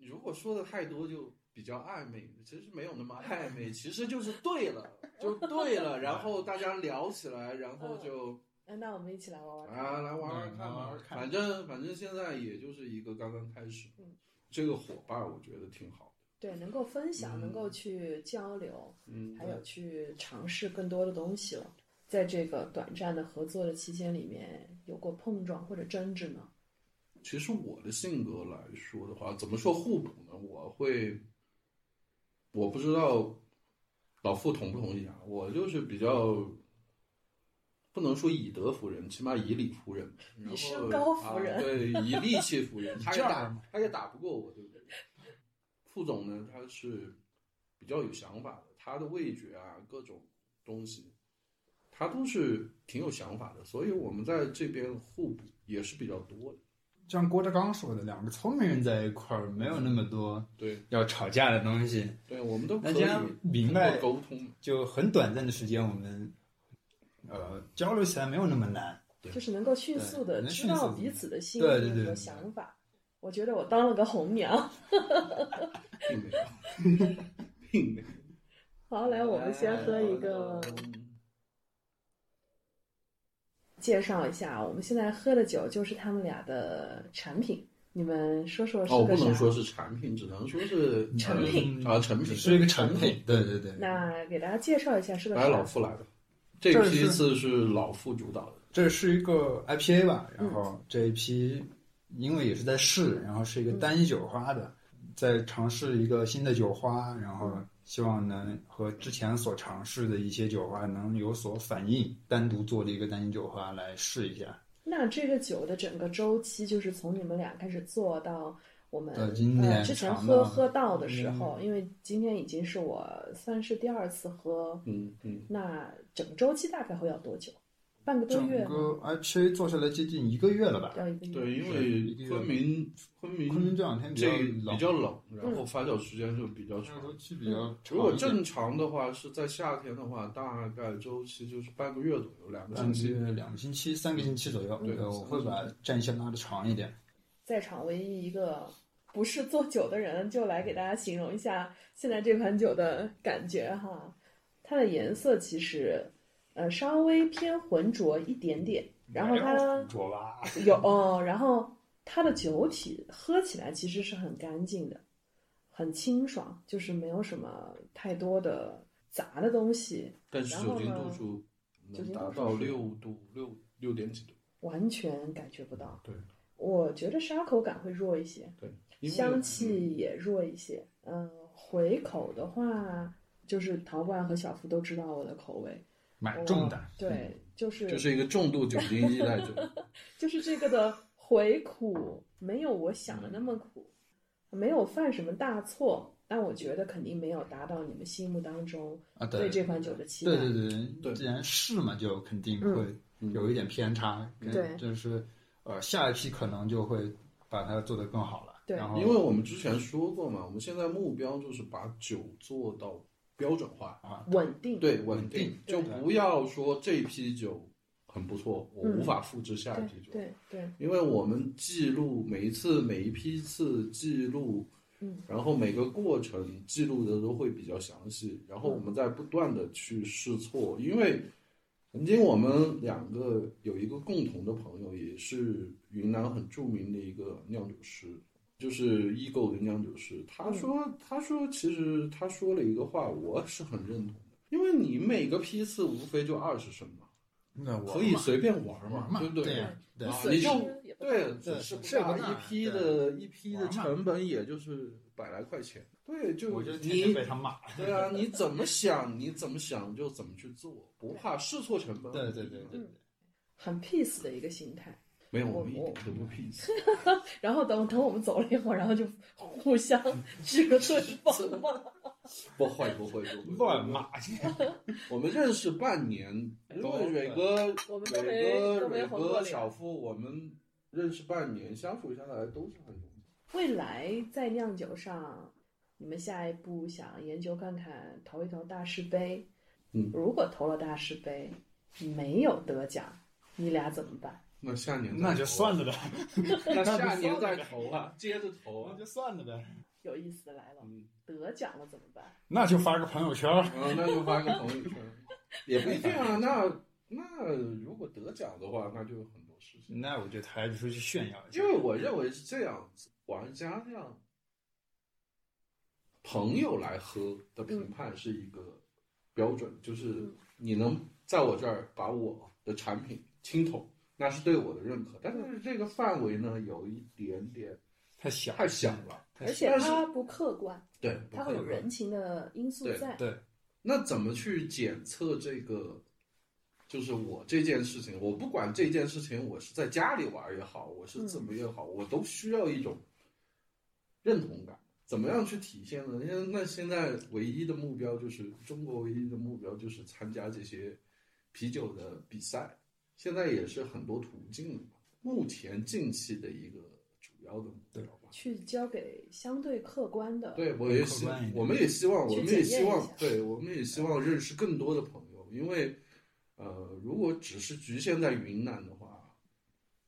Speaker 2: 如果说的太多就比较暧昧，其实没有那么暧昧，其实就是对了，就
Speaker 1: (laughs)
Speaker 2: 对了，然后大家聊起来，然后就
Speaker 1: 哎，那我们一起来玩玩看。
Speaker 2: 啊来玩玩看
Speaker 3: 嗯玩
Speaker 2: 吧
Speaker 3: 玩，看
Speaker 2: 反正反正现在也就是一个刚刚开始
Speaker 1: 嗯，
Speaker 2: 这个伙伴我觉得挺好的，
Speaker 1: 对，能够分享，
Speaker 2: 嗯
Speaker 1: 能够去交流，
Speaker 2: 嗯，
Speaker 1: 还有去尝试更多的东西了。在这个短暂的合作的期间里面，有过碰撞或者争执呢？
Speaker 2: 其实我的性格来说的话，怎么说互补呢？我会，我不知道老傅同不同意啊。我就是比较，不能说以德服人，起码以理服人。然后
Speaker 1: 以身高服人
Speaker 2: 啊对，以力气
Speaker 1: (laughs)
Speaker 2: 服人。他也
Speaker 3: 这样
Speaker 2: 打，他也打不过我，对不对？副总呢，他是比较有想法的，他的味觉啊，各种东西，他都是挺有想法的，所以我们在这边互补也是比较多的。
Speaker 3: 就像郭德纲说的，两个聪明人在一块儿，没有那么多
Speaker 2: 对。
Speaker 3: 要吵架的东西。
Speaker 2: 对，我们都可
Speaker 3: 大
Speaker 2: 以
Speaker 3: 家明白
Speaker 2: 通过沟通，
Speaker 3: 就很短暂的时间，我们呃交流起来没有那么难。
Speaker 2: 对
Speaker 1: 就是能够迅速的
Speaker 3: 能
Speaker 1: 知
Speaker 3: 迅速
Speaker 1: 道
Speaker 3: 地
Speaker 1: 彼此的心
Speaker 3: 对对
Speaker 1: 意
Speaker 3: 对
Speaker 1: 和
Speaker 3: 对
Speaker 1: 想法。我觉得我当了个红娘。
Speaker 2: 并没有，并没有。
Speaker 1: 好，来，我们先喝一
Speaker 3: 哎
Speaker 1: 个。介绍一下，我们现在喝的酒就是他们俩的产品，你们说说是
Speaker 2: 哦，
Speaker 1: 个
Speaker 2: 不
Speaker 1: 啥？
Speaker 2: 能说是产品，只能说是
Speaker 1: 成品
Speaker 2: 啊，成品
Speaker 3: 嗯是一个成品。对对对，
Speaker 1: 那给大家介绍一下是个
Speaker 2: 来，
Speaker 1: 啥？
Speaker 2: 老傅来吧。这
Speaker 3: 这
Speaker 2: 批
Speaker 3: 是
Speaker 2: 次是老傅主导的，
Speaker 3: 这是一个 IPA 吧，
Speaker 1: 嗯
Speaker 3: 然后这一批因为也是在试，然后是一个单一酒花的，在尝试一个新的酒花，然后希望能和之前所尝试的一些酒花能有所反应，单独做的一个单一酒花来试一下。
Speaker 1: 那这个酒的整个周期就是从你们俩开始做到我们
Speaker 3: 到今天
Speaker 1: 呃、之前
Speaker 3: 尝
Speaker 1: 喝
Speaker 3: 到
Speaker 1: 喝到的时候，因为今天已经是我算是第二次喝，
Speaker 2: 嗯嗯，
Speaker 1: 那整个周期大概会要多久？半个多
Speaker 3: 整
Speaker 1: 月吗？
Speaker 3: 个 IPA 做下来接近一个月了吧？
Speaker 1: 要一个月。
Speaker 2: 对，因
Speaker 3: 一
Speaker 2: 为
Speaker 3: 定要
Speaker 2: 昆明昆明
Speaker 3: 昆明这两天比较嗯
Speaker 2: 这
Speaker 3: 冷，
Speaker 2: 比较冷，然
Speaker 1: 嗯
Speaker 2: 后发酵时间就比较长。
Speaker 3: 周期比较长
Speaker 2: 如果
Speaker 3: 一点
Speaker 2: 正常的话，是在夏天的话，大概周期就是半个月左右，两个
Speaker 3: 半
Speaker 2: 星
Speaker 3: 个
Speaker 2: 期。
Speaker 3: 月、嗯两个星期、三个星期左右，
Speaker 2: 对
Speaker 3: 呃我会把战线拉的长一点。
Speaker 1: 在场唯一一个不是做酒的人，就来给大家形容一下现在这款酒的感觉哈。它的颜色其实，呃，稍微偏浑浊一点点，然后它
Speaker 3: 浊吧，
Speaker 1: 有、哦，然后它的酒体喝起来其实是很干净的，很清爽，就是没有什么太多的杂的东西，
Speaker 2: 但是
Speaker 1: 然
Speaker 2: 酒
Speaker 1: 后
Speaker 2: 精
Speaker 1: 呢
Speaker 2: 度数
Speaker 1: 酒
Speaker 2: 能
Speaker 1: 精
Speaker 2: 达
Speaker 1: 度数
Speaker 2: 到
Speaker 1: 是
Speaker 2: 六度六六点几度，
Speaker 1: 完全感觉不到。
Speaker 2: 对，
Speaker 1: 我觉得沙口感会弱一些。
Speaker 2: 对，因为嗯
Speaker 1: 香气也弱一些。嗯，回口的话，就是陶罐和小夫都知道我的口味，
Speaker 3: 买重的，
Speaker 1: 对，就是
Speaker 2: 这是一个重度酒精依赖
Speaker 1: (laughs)
Speaker 2: 者。
Speaker 1: 就是这个的回苦没有我想的那么苦，没有犯什么大错，但我觉得肯定没有达到你们心目当中
Speaker 3: 啊，
Speaker 1: 对
Speaker 3: 对
Speaker 1: 这款酒的期待。
Speaker 3: 对对对
Speaker 2: 对
Speaker 3: 既然是嘛，就肯定
Speaker 1: 嗯
Speaker 3: 会有一点偏差，跟
Speaker 1: 对
Speaker 3: 就是呃下一批可能就会把它做得更好了，
Speaker 1: 对
Speaker 3: 然后
Speaker 2: 因为我们之前说过嘛，我们现在目标就是把酒做到标准化，
Speaker 3: 啊
Speaker 1: 稳定。
Speaker 2: 对，稳
Speaker 3: 定
Speaker 2: 定，就
Speaker 1: 对
Speaker 2: 不要说这批酒很不错，我
Speaker 1: 嗯
Speaker 2: 无法复制下一批酒，
Speaker 1: 对对对，
Speaker 2: 因为我们记录每一次每一批次记录，
Speaker 1: 嗯，
Speaker 2: 然后每个过程记录的都会比较详细，然后我们再不断的去试错，因为曾经我们两个有一个共同的朋友，也是云南很著名的一个酿酒师，就是易购的酿酒师，他说他说其实他说了一个话，我是很认同的，因为你每个批次无非就二十升嘛，
Speaker 3: 那我
Speaker 2: 可以随便玩
Speaker 3: 玩
Speaker 2: 嘛，对不
Speaker 3: 对呀对
Speaker 2: 啊
Speaker 3: 呀，
Speaker 1: 损
Speaker 2: 你
Speaker 1: 失
Speaker 2: 就
Speaker 1: 也不
Speaker 3: (laughs)
Speaker 2: 对，
Speaker 3: 对
Speaker 2: 是
Speaker 3: 是
Speaker 2: 不
Speaker 3: 不
Speaker 2: 大
Speaker 3: 大
Speaker 2: 一批的一批的
Speaker 3: 玩嘛
Speaker 2: 成本，也就是百来块钱。对，就
Speaker 3: 我就天天
Speaker 2: 你
Speaker 3: 被他骂，
Speaker 2: 对啊，你怎么想，你怎么想就怎么去做，不怕试错成本。
Speaker 3: 对对对对对，
Speaker 1: 很 peace 的一个心态。
Speaker 2: 没有，我
Speaker 1: 我
Speaker 2: 们一
Speaker 1: 我
Speaker 2: 点都不 peace，
Speaker 1: 然后等等我们走了一会儿，然后就互相 (laughs) 指个对方嘛。
Speaker 2: 不会不会不会
Speaker 3: 乱。骂， (laughs)
Speaker 2: 我们认识半年，因为蕊哥、
Speaker 1: 哎我们都没
Speaker 2: 蕊哥、
Speaker 1: 都没
Speaker 2: 蕊
Speaker 1: 红过
Speaker 2: 哥、
Speaker 1: 脸
Speaker 2: 小付，我们认识半年，相处下来都是很融洽。
Speaker 1: 未来在酿酒上，你们下一步想研究看看投一投大师杯。
Speaker 2: 嗯
Speaker 1: 如果投了大师杯没有得奖，你俩怎么办？
Speaker 2: 那下年再
Speaker 3: 那就
Speaker 2: 投啊
Speaker 3: 算， (laughs) 了呗，
Speaker 2: 那
Speaker 3: 那就
Speaker 2: 下年
Speaker 3: 算了
Speaker 2: 再
Speaker 3: 呗
Speaker 2: 投啊，接着投
Speaker 3: 那 (laughs)
Speaker 2: 啊。
Speaker 3: 就算了呗，
Speaker 1: 有意思的来了，
Speaker 2: 嗯
Speaker 1: 得奖了怎么办？
Speaker 3: 那就发个朋友圈儿，
Speaker 2: 然哦后那就发个朋友圈， (laughs) 也不一定啊。那那如果得奖的话，那就有很多事情。
Speaker 3: 那我就抬着出去炫耀一下
Speaker 2: 因，为我认为是这样子，玩家让朋友来喝的评判是一个标准，就是
Speaker 1: 嗯
Speaker 2: 你能在我这儿把我的产品清桶，那是对我的认可。但是这个范围呢，有一点点
Speaker 3: 太小
Speaker 2: 太小了。
Speaker 3: 太
Speaker 1: 而
Speaker 3: 小
Speaker 1: 且
Speaker 2: 但是
Speaker 1: 它不客观，
Speaker 2: 对，不
Speaker 1: 它会有
Speaker 2: 客观
Speaker 1: 人情的因素
Speaker 2: 对
Speaker 1: 在。
Speaker 3: 对，
Speaker 2: 那怎么去检测这个？就是我这件事情，我不管这件事情，我是在家里玩也好，我是怎么也好，我都需要一种认同感。怎么样去体现呢？那那现在唯一的目标就是中国唯一的目标就是参加这些啤酒的比赛，现在也是很多途径的嘛。目前近期的一个主要的目标吧。
Speaker 1: 去交给相对客观的，
Speaker 2: 对，我也
Speaker 3: 客
Speaker 2: 希
Speaker 3: 观一，点
Speaker 2: 我们也希望，我
Speaker 1: 去
Speaker 2: 们
Speaker 1: 检
Speaker 2: 也希
Speaker 1: 验一
Speaker 2: 望
Speaker 1: 下，
Speaker 2: 对，我们也希望认识更多的朋友，因为，呃，如果只是局限在云南的话，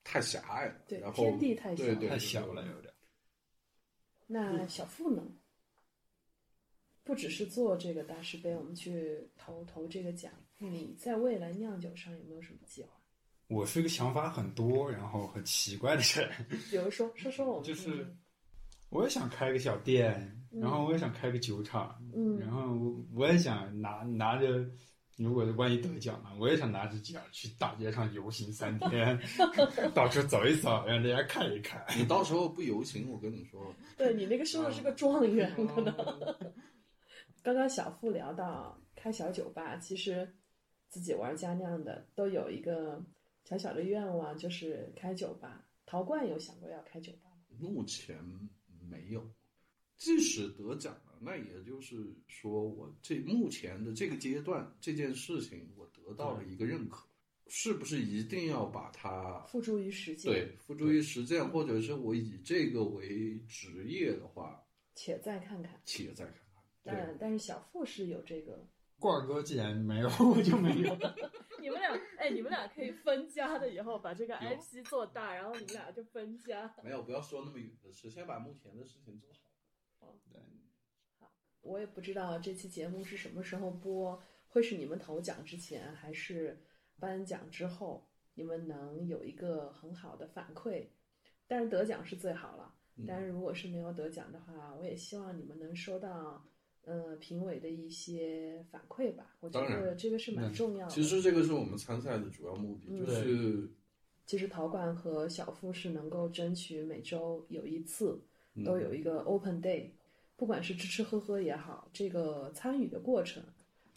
Speaker 2: 太狭隘了，
Speaker 1: 对
Speaker 2: 然后
Speaker 1: 天地太小
Speaker 2: 对对
Speaker 3: 太小了有点。
Speaker 2: 嗯
Speaker 1: 那小付呢？不只是做这个大师杯，我们去投投这个奖。你在未来酿酒上有没有什么计划？
Speaker 3: 我是一个想法很多，然后很奇怪的人， (laughs)
Speaker 1: 比如说，说说我们
Speaker 3: 就
Speaker 1: 听听
Speaker 3: 是我也想开个小店，
Speaker 1: 嗯
Speaker 3: 然后我也想开个酒厂，
Speaker 1: 嗯，
Speaker 3: 然后我我也想拿拿着，如果万一得奖了，我也想拿着奖去大街上游行三
Speaker 1: (laughs)
Speaker 3: 天，到处走一走，让大家看一看。
Speaker 2: 你到时候不游行，我跟你
Speaker 1: (laughs)
Speaker 2: 说，
Speaker 1: 对你那个说的是个状元，可能。
Speaker 3: 能
Speaker 1: 刚刚小付聊到开小酒吧，其实自己玩家酿的都有一个小小的愿望，就是开酒吧。陶罐有想过要开酒吧吗？
Speaker 2: 目前没有，即使得奖了，那也就是说我这目前的这个阶段这件事情，我得到了一个认可，是不是一定要把它
Speaker 1: 付诸于实践，
Speaker 2: 对，付诸于实践，或者是我以这个为职业的话，
Speaker 1: 且再看看。
Speaker 2: 且再看看。对，
Speaker 1: 但但是小付是有这个
Speaker 3: 冠哥既然没有，我就没
Speaker 1: (laughs)
Speaker 3: 有。
Speaker 1: (laughs) 你们俩，哎，你们俩可以分家的，以后把这个
Speaker 2: 有
Speaker 1: IP 做大，然后你们俩就分家。
Speaker 2: (laughs) 没有，不要说那么远的事，先把目前的事情做好。
Speaker 1: 我也不知道这期节目是什么时候播，会是你们投奖之前，还是颁奖之后？你们能有一个很好的反馈，但是得奖是最好了。
Speaker 2: 嗯
Speaker 1: 但是如果是没有得奖的话，我也希望你们能收到，呃，评委的一些反馈吧。我觉
Speaker 2: 当
Speaker 1: 得
Speaker 2: 然
Speaker 1: 这个是蛮
Speaker 3: 嗯
Speaker 1: 重要的。
Speaker 2: 其实这个是我们参赛的主要目的，
Speaker 1: 嗯
Speaker 2: 就是
Speaker 1: 其实陶罐和小付是能够争取每周有一次都
Speaker 2: 嗯
Speaker 1: 有一个 open day，、不管是吃吃喝喝也好，这个参与的过程，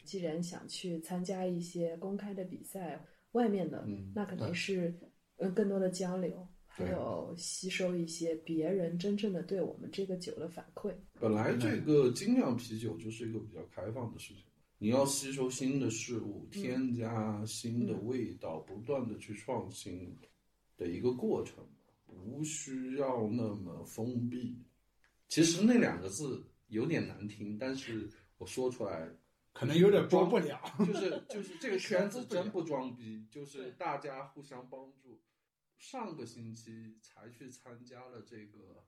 Speaker 1: 既然想去参加一些公开的比赛，外面的，
Speaker 2: 嗯
Speaker 1: 那肯定
Speaker 2: 对
Speaker 1: 是嗯更多的交流，还
Speaker 2: 对
Speaker 1: 有吸收一些别人真正的对我们这个酒的反馈。
Speaker 2: 本来这个精酿啤酒就是一个比较开放的事情，你要吸收新的事物，添加新的味道，不断的去创新的一个过程，不需要那么封闭。其实那两个字有点难听，但是我说出来
Speaker 3: 可能有点装
Speaker 1: (laughs)
Speaker 3: 不了。
Speaker 2: 就是就是这个圈子真不装逼，就是大家互相帮助。上个星期才去参加了这个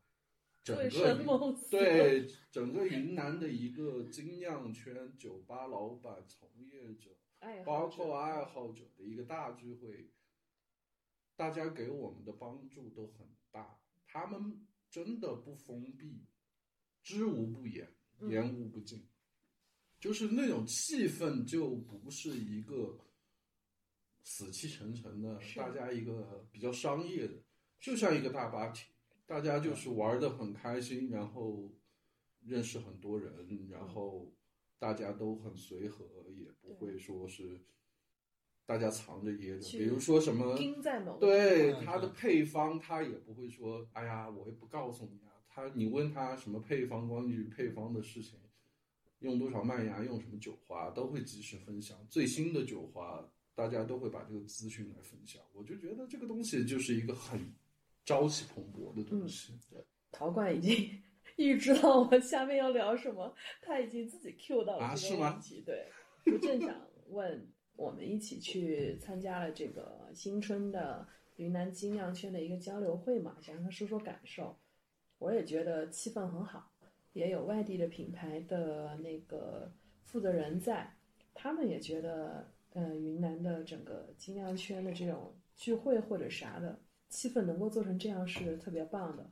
Speaker 2: 整
Speaker 1: 醉
Speaker 2: 个
Speaker 1: 生
Speaker 2: 云
Speaker 1: 梦 (laughs) 死，
Speaker 2: 对整个云南的一个精酿圈酒吧老板、从业者，
Speaker 1: 爱好
Speaker 2: 包
Speaker 1: 者
Speaker 2: 括啊爱好者的一个大聚会，大家给我们的帮助都很大。他们真的不封闭，知无不言，
Speaker 1: 嗯
Speaker 2: 言无不尽，就是那种气氛就不是一个死气沉沉的，
Speaker 1: 是
Speaker 2: 大家一个比较商业的，就像一个大 party，大家
Speaker 1: 嗯
Speaker 2: 就是玩的很开心，然后认识很多
Speaker 1: 嗯
Speaker 2: 人，然后大家都很随和，也不会说是大家藏着掖着，
Speaker 1: 去
Speaker 2: 比如说什么。
Speaker 1: 盯在某个地
Speaker 2: 对
Speaker 1: 方
Speaker 3: 嗯
Speaker 2: 它的
Speaker 3: 对
Speaker 2: 配方，他也不会说，哎呀，我也不告诉你啊。他你问他什么配方，关于配方的事情，用多少麦芽，用什么酒花，都会及时分享。最新的酒花，大家都会把这个资讯来分享。我就觉得这个东西就是一个很朝气蓬勃的东西。
Speaker 1: 陶罐已经 (laughs) 预知到我们下面要聊什么，他已经自己 Q 到了
Speaker 2: 啊
Speaker 1: 这
Speaker 2: 是
Speaker 1: 个
Speaker 2: 吗
Speaker 1: 问题。对，我正想问，我们一起去参加了这个新春的云南精酿圈的一个交流会嘛，想让他说说感受。我也觉得气氛很好，也有外地的品牌的那个负责人在，他们也觉得，呃，云南的整个精酿圈的这种聚会或者啥的气氛能够做成这样是特别棒的。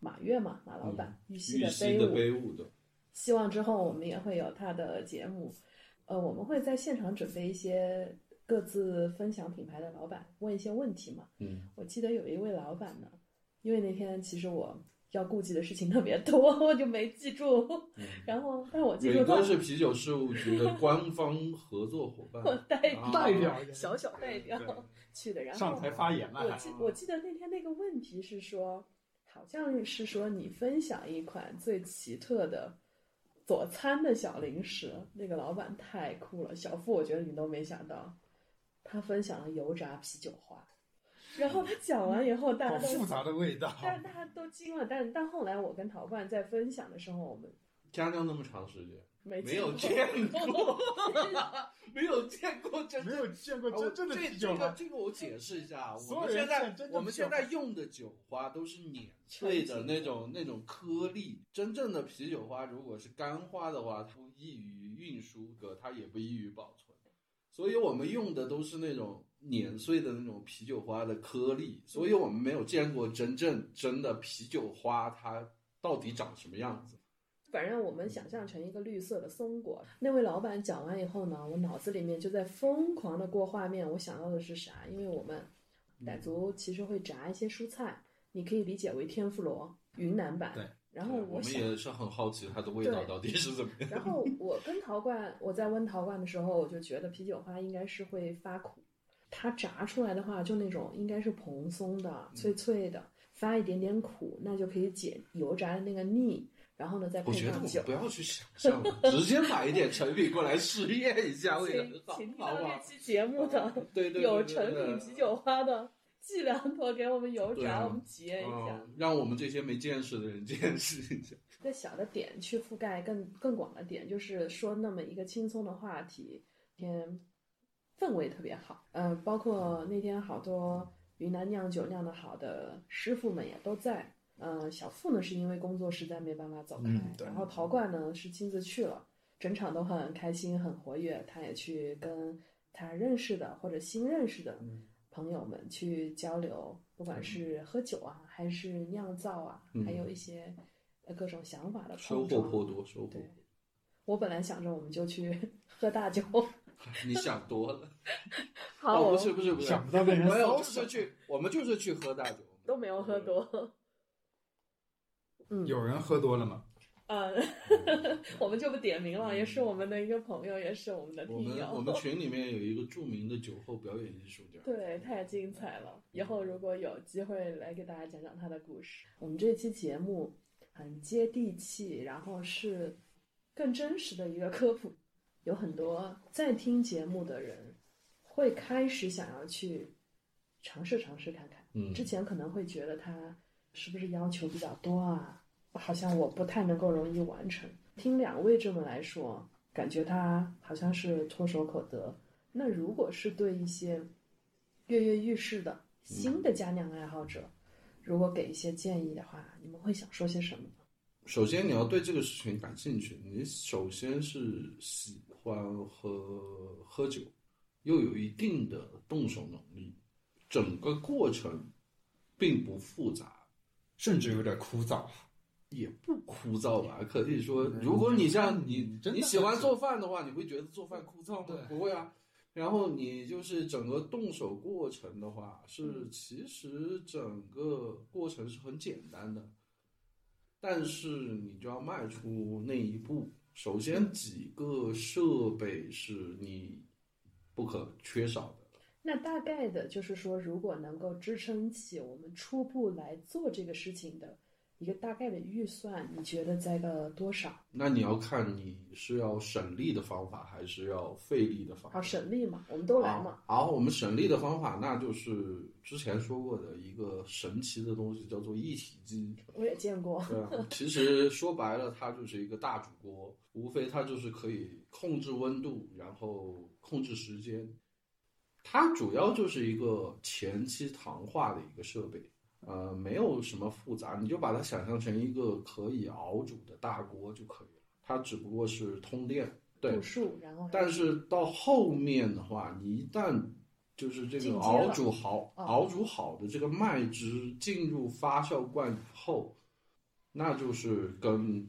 Speaker 1: 马跃嘛，马老板，嗯玉溪
Speaker 2: 玉
Speaker 1: 的
Speaker 2: 溪
Speaker 1: 飞
Speaker 2: 的
Speaker 1: 舞，
Speaker 2: 杯物的，
Speaker 1: 希望之后我们也会有他的节目。呃，我们会在现场准备一些各自分享品牌的老板问一些问题嘛。
Speaker 2: 嗯，
Speaker 1: 我记得有一位老板呢，因为那天其实我要顾忌的事情特别多， (laughs) 我就没记住。
Speaker 2: 嗯
Speaker 1: 然后，但我记住
Speaker 2: 蕊
Speaker 1: 他
Speaker 2: 哥是啤酒事务局的官方合作伙伴，
Speaker 1: 我代
Speaker 2: 啊
Speaker 3: 代表人
Speaker 1: 小小代表去的。然后
Speaker 3: 上台发言了，
Speaker 1: 我
Speaker 3: 还
Speaker 1: 记我记得那天那个问题是说，好像是说你分享一款最奇特的佐餐的小零食，那个老板太酷了，小付我觉得你都没想到，他分享了油炸啤酒花，然后他讲完以后，大
Speaker 3: 好
Speaker 1: 家
Speaker 3: 复
Speaker 1: 都。
Speaker 3: 杂的味道。
Speaker 1: 但大家都惊了，但但后来我跟陶罐在分享的时候，我们
Speaker 2: 家乡那么长时间。
Speaker 1: 没
Speaker 2: 没有
Speaker 1: 见
Speaker 2: 见过， (laughs) 没有见过真
Speaker 3: 没有见过
Speaker 2: 啊
Speaker 1: 哦
Speaker 2: 我
Speaker 3: 真正的
Speaker 2: 这
Speaker 3: 啤
Speaker 2: 这
Speaker 3: 酒
Speaker 2: 个
Speaker 3: 吗？
Speaker 2: 这个我解释一下，啊我
Speaker 3: 所有
Speaker 2: 们
Speaker 3: 人
Speaker 2: 现在
Speaker 3: 见真正
Speaker 2: 我们
Speaker 3: 的
Speaker 2: 现
Speaker 3: 酒
Speaker 2: 在用的酒花都是碾碎的那种那种颗粒，真正的啤酒花如果是干花的话，它不易于运输，个它也不易于保存，所以我们用的都是那种碾碎的那种啤酒花的颗粒，所以我们没有见过真正真的啤酒花它到底长什么样子。
Speaker 1: 反正我们想象成一个绿色的松果。那位老板讲完以后呢，我脑子里面就在疯狂的过画面，我想到的是啥？因为我们
Speaker 2: 嗯
Speaker 1: 傣族其实会炸一些蔬菜，你可以理解为天妇罗云南版。
Speaker 3: 对。
Speaker 1: 然后
Speaker 2: 对我们
Speaker 1: 想，
Speaker 2: 也是很好奇它的味道
Speaker 1: 对
Speaker 2: 到底是怎么样。
Speaker 1: 然后我跟陶罐，我在温陶罐的时候，我就觉得啤酒花应该是会发苦，它炸出来的话，就那种应该是蓬松的、
Speaker 2: 嗯
Speaker 1: 脆脆的，发一点点苦，那就可以解油炸的那个腻。然后呢，再配
Speaker 2: 我觉得
Speaker 1: 上
Speaker 2: 我
Speaker 1: 酒
Speaker 2: 们。不 (laughs) 要
Speaker 1: (laughs)
Speaker 2: 去想象了，直接买一点成品过来试验一下，味道
Speaker 1: 请
Speaker 2: 很好
Speaker 1: 请听，到
Speaker 2: 好不
Speaker 1: 这期
Speaker 2: 好？嗯
Speaker 1: 节目的
Speaker 2: 对对对，
Speaker 1: 有
Speaker 2: 对
Speaker 1: 成 (laughs) 品啤。酒花的计量头给我们油
Speaker 2: 对
Speaker 1: 炸，
Speaker 2: 啊
Speaker 1: 我们体
Speaker 2: 对
Speaker 1: 验一下，
Speaker 2: 嗯，让我们这些没见识的人见识一下。
Speaker 1: 在小的点去覆盖更更广的点，就是说那么一个轻松的话题，天氛围特别好。嗯、包括那天好多云南酿酒酿的好的师傅们也都在。嗯、小付呢是因为工作实在没办法走开，
Speaker 2: 嗯对
Speaker 1: 然后陶罐呢是亲自去了，整场都很开心很活跃，他也去跟他认识的或者新认识的
Speaker 2: 嗯
Speaker 1: 朋友们去交流，不管是喝酒啊，还是酿造啊，
Speaker 2: 嗯
Speaker 1: 还有一些呃各种想法的
Speaker 2: 收
Speaker 1: 碰
Speaker 2: 获
Speaker 1: 撞。
Speaker 2: 颇多，收获。
Speaker 1: 对，我本来想着我们就去 (laughs) 喝大酒，
Speaker 2: 你想多了。
Speaker 1: (laughs) 好，
Speaker 2: 哦，
Speaker 1: 我
Speaker 2: 不是不是不是，
Speaker 3: 想不到被人
Speaker 2: 没有，
Speaker 3: 搜
Speaker 2: 就是去，我们就
Speaker 1: (laughs)
Speaker 2: 是去喝大酒。
Speaker 1: 都没有喝多。嗯，
Speaker 3: 有人喝多了吗？
Speaker 1: 呃， (laughs)
Speaker 2: 嗯
Speaker 1: 我们就不点名了，也是我们的一个朋友，也是我们的
Speaker 2: 我
Speaker 1: 听
Speaker 2: 们
Speaker 1: 友。
Speaker 2: 我们群里面有一个著名的酒后表演艺术家，
Speaker 1: 对，太精彩了！以后如果有机会来给大家讲讲他的故事。我们这期节目很接地气，然后是更真实的一个科普。有很多在听节目的人会开始想要去尝试尝试看看。
Speaker 2: 嗯
Speaker 1: 之前可能会觉得他是不是要求比较多啊，好像我不太能够容易完成。听两位这么来说，感觉他好像是唾手可得。那如果是对一些跃跃欲试的新的家酿爱好者，如果给一些建议的话，你们会想说些什么呢？
Speaker 2: 首先你要对这个事情感兴趣，你首先是喜欢喝喝酒，又有一定的动手能力，整个过程并不复杂，
Speaker 3: 甚至有点枯燥。
Speaker 2: 也不枯燥吧？可以说，如果你像你
Speaker 3: 嗯嗯真的
Speaker 2: 你喜欢做饭的话，你会觉得做饭枯燥吗
Speaker 3: 对？
Speaker 2: 不会啊。然后你就是整个动手过程的话，
Speaker 3: 嗯
Speaker 2: 是其实整个过程是很简单的，但是你就要迈出那一步。首先，几个设备是你不可缺少的。
Speaker 1: 那大概的就是说，如果能够支撑起我们初步来做这个事情的一个大概的预算，你觉得在个多少？
Speaker 2: 那你要看你是要省力的方法，还是要费力的方法？
Speaker 1: 好，省力嘛，我们都来嘛。
Speaker 2: 好。好，我们省力的方法，那就是之前说过的一个神奇的东西，叫做一体机。
Speaker 1: 我也见过，
Speaker 2: 对啊，其实说白了，它就是一个大煮锅，无非它就是可以控制温度，然后控制时间。它主要就是一个前期糖化的一个设备，呃，没有什么复杂，你就把它想象成一个可以熬煮的大锅就可以了。它只不过是通电，对，
Speaker 1: 度数，然后
Speaker 2: 但是到后面的话，你一旦就是这
Speaker 1: 进阶
Speaker 2: 个
Speaker 1: 了
Speaker 2: 熬煮好、
Speaker 1: 哦
Speaker 2: 熬煮好的这个麦汁进入发酵罐以后，那就是跟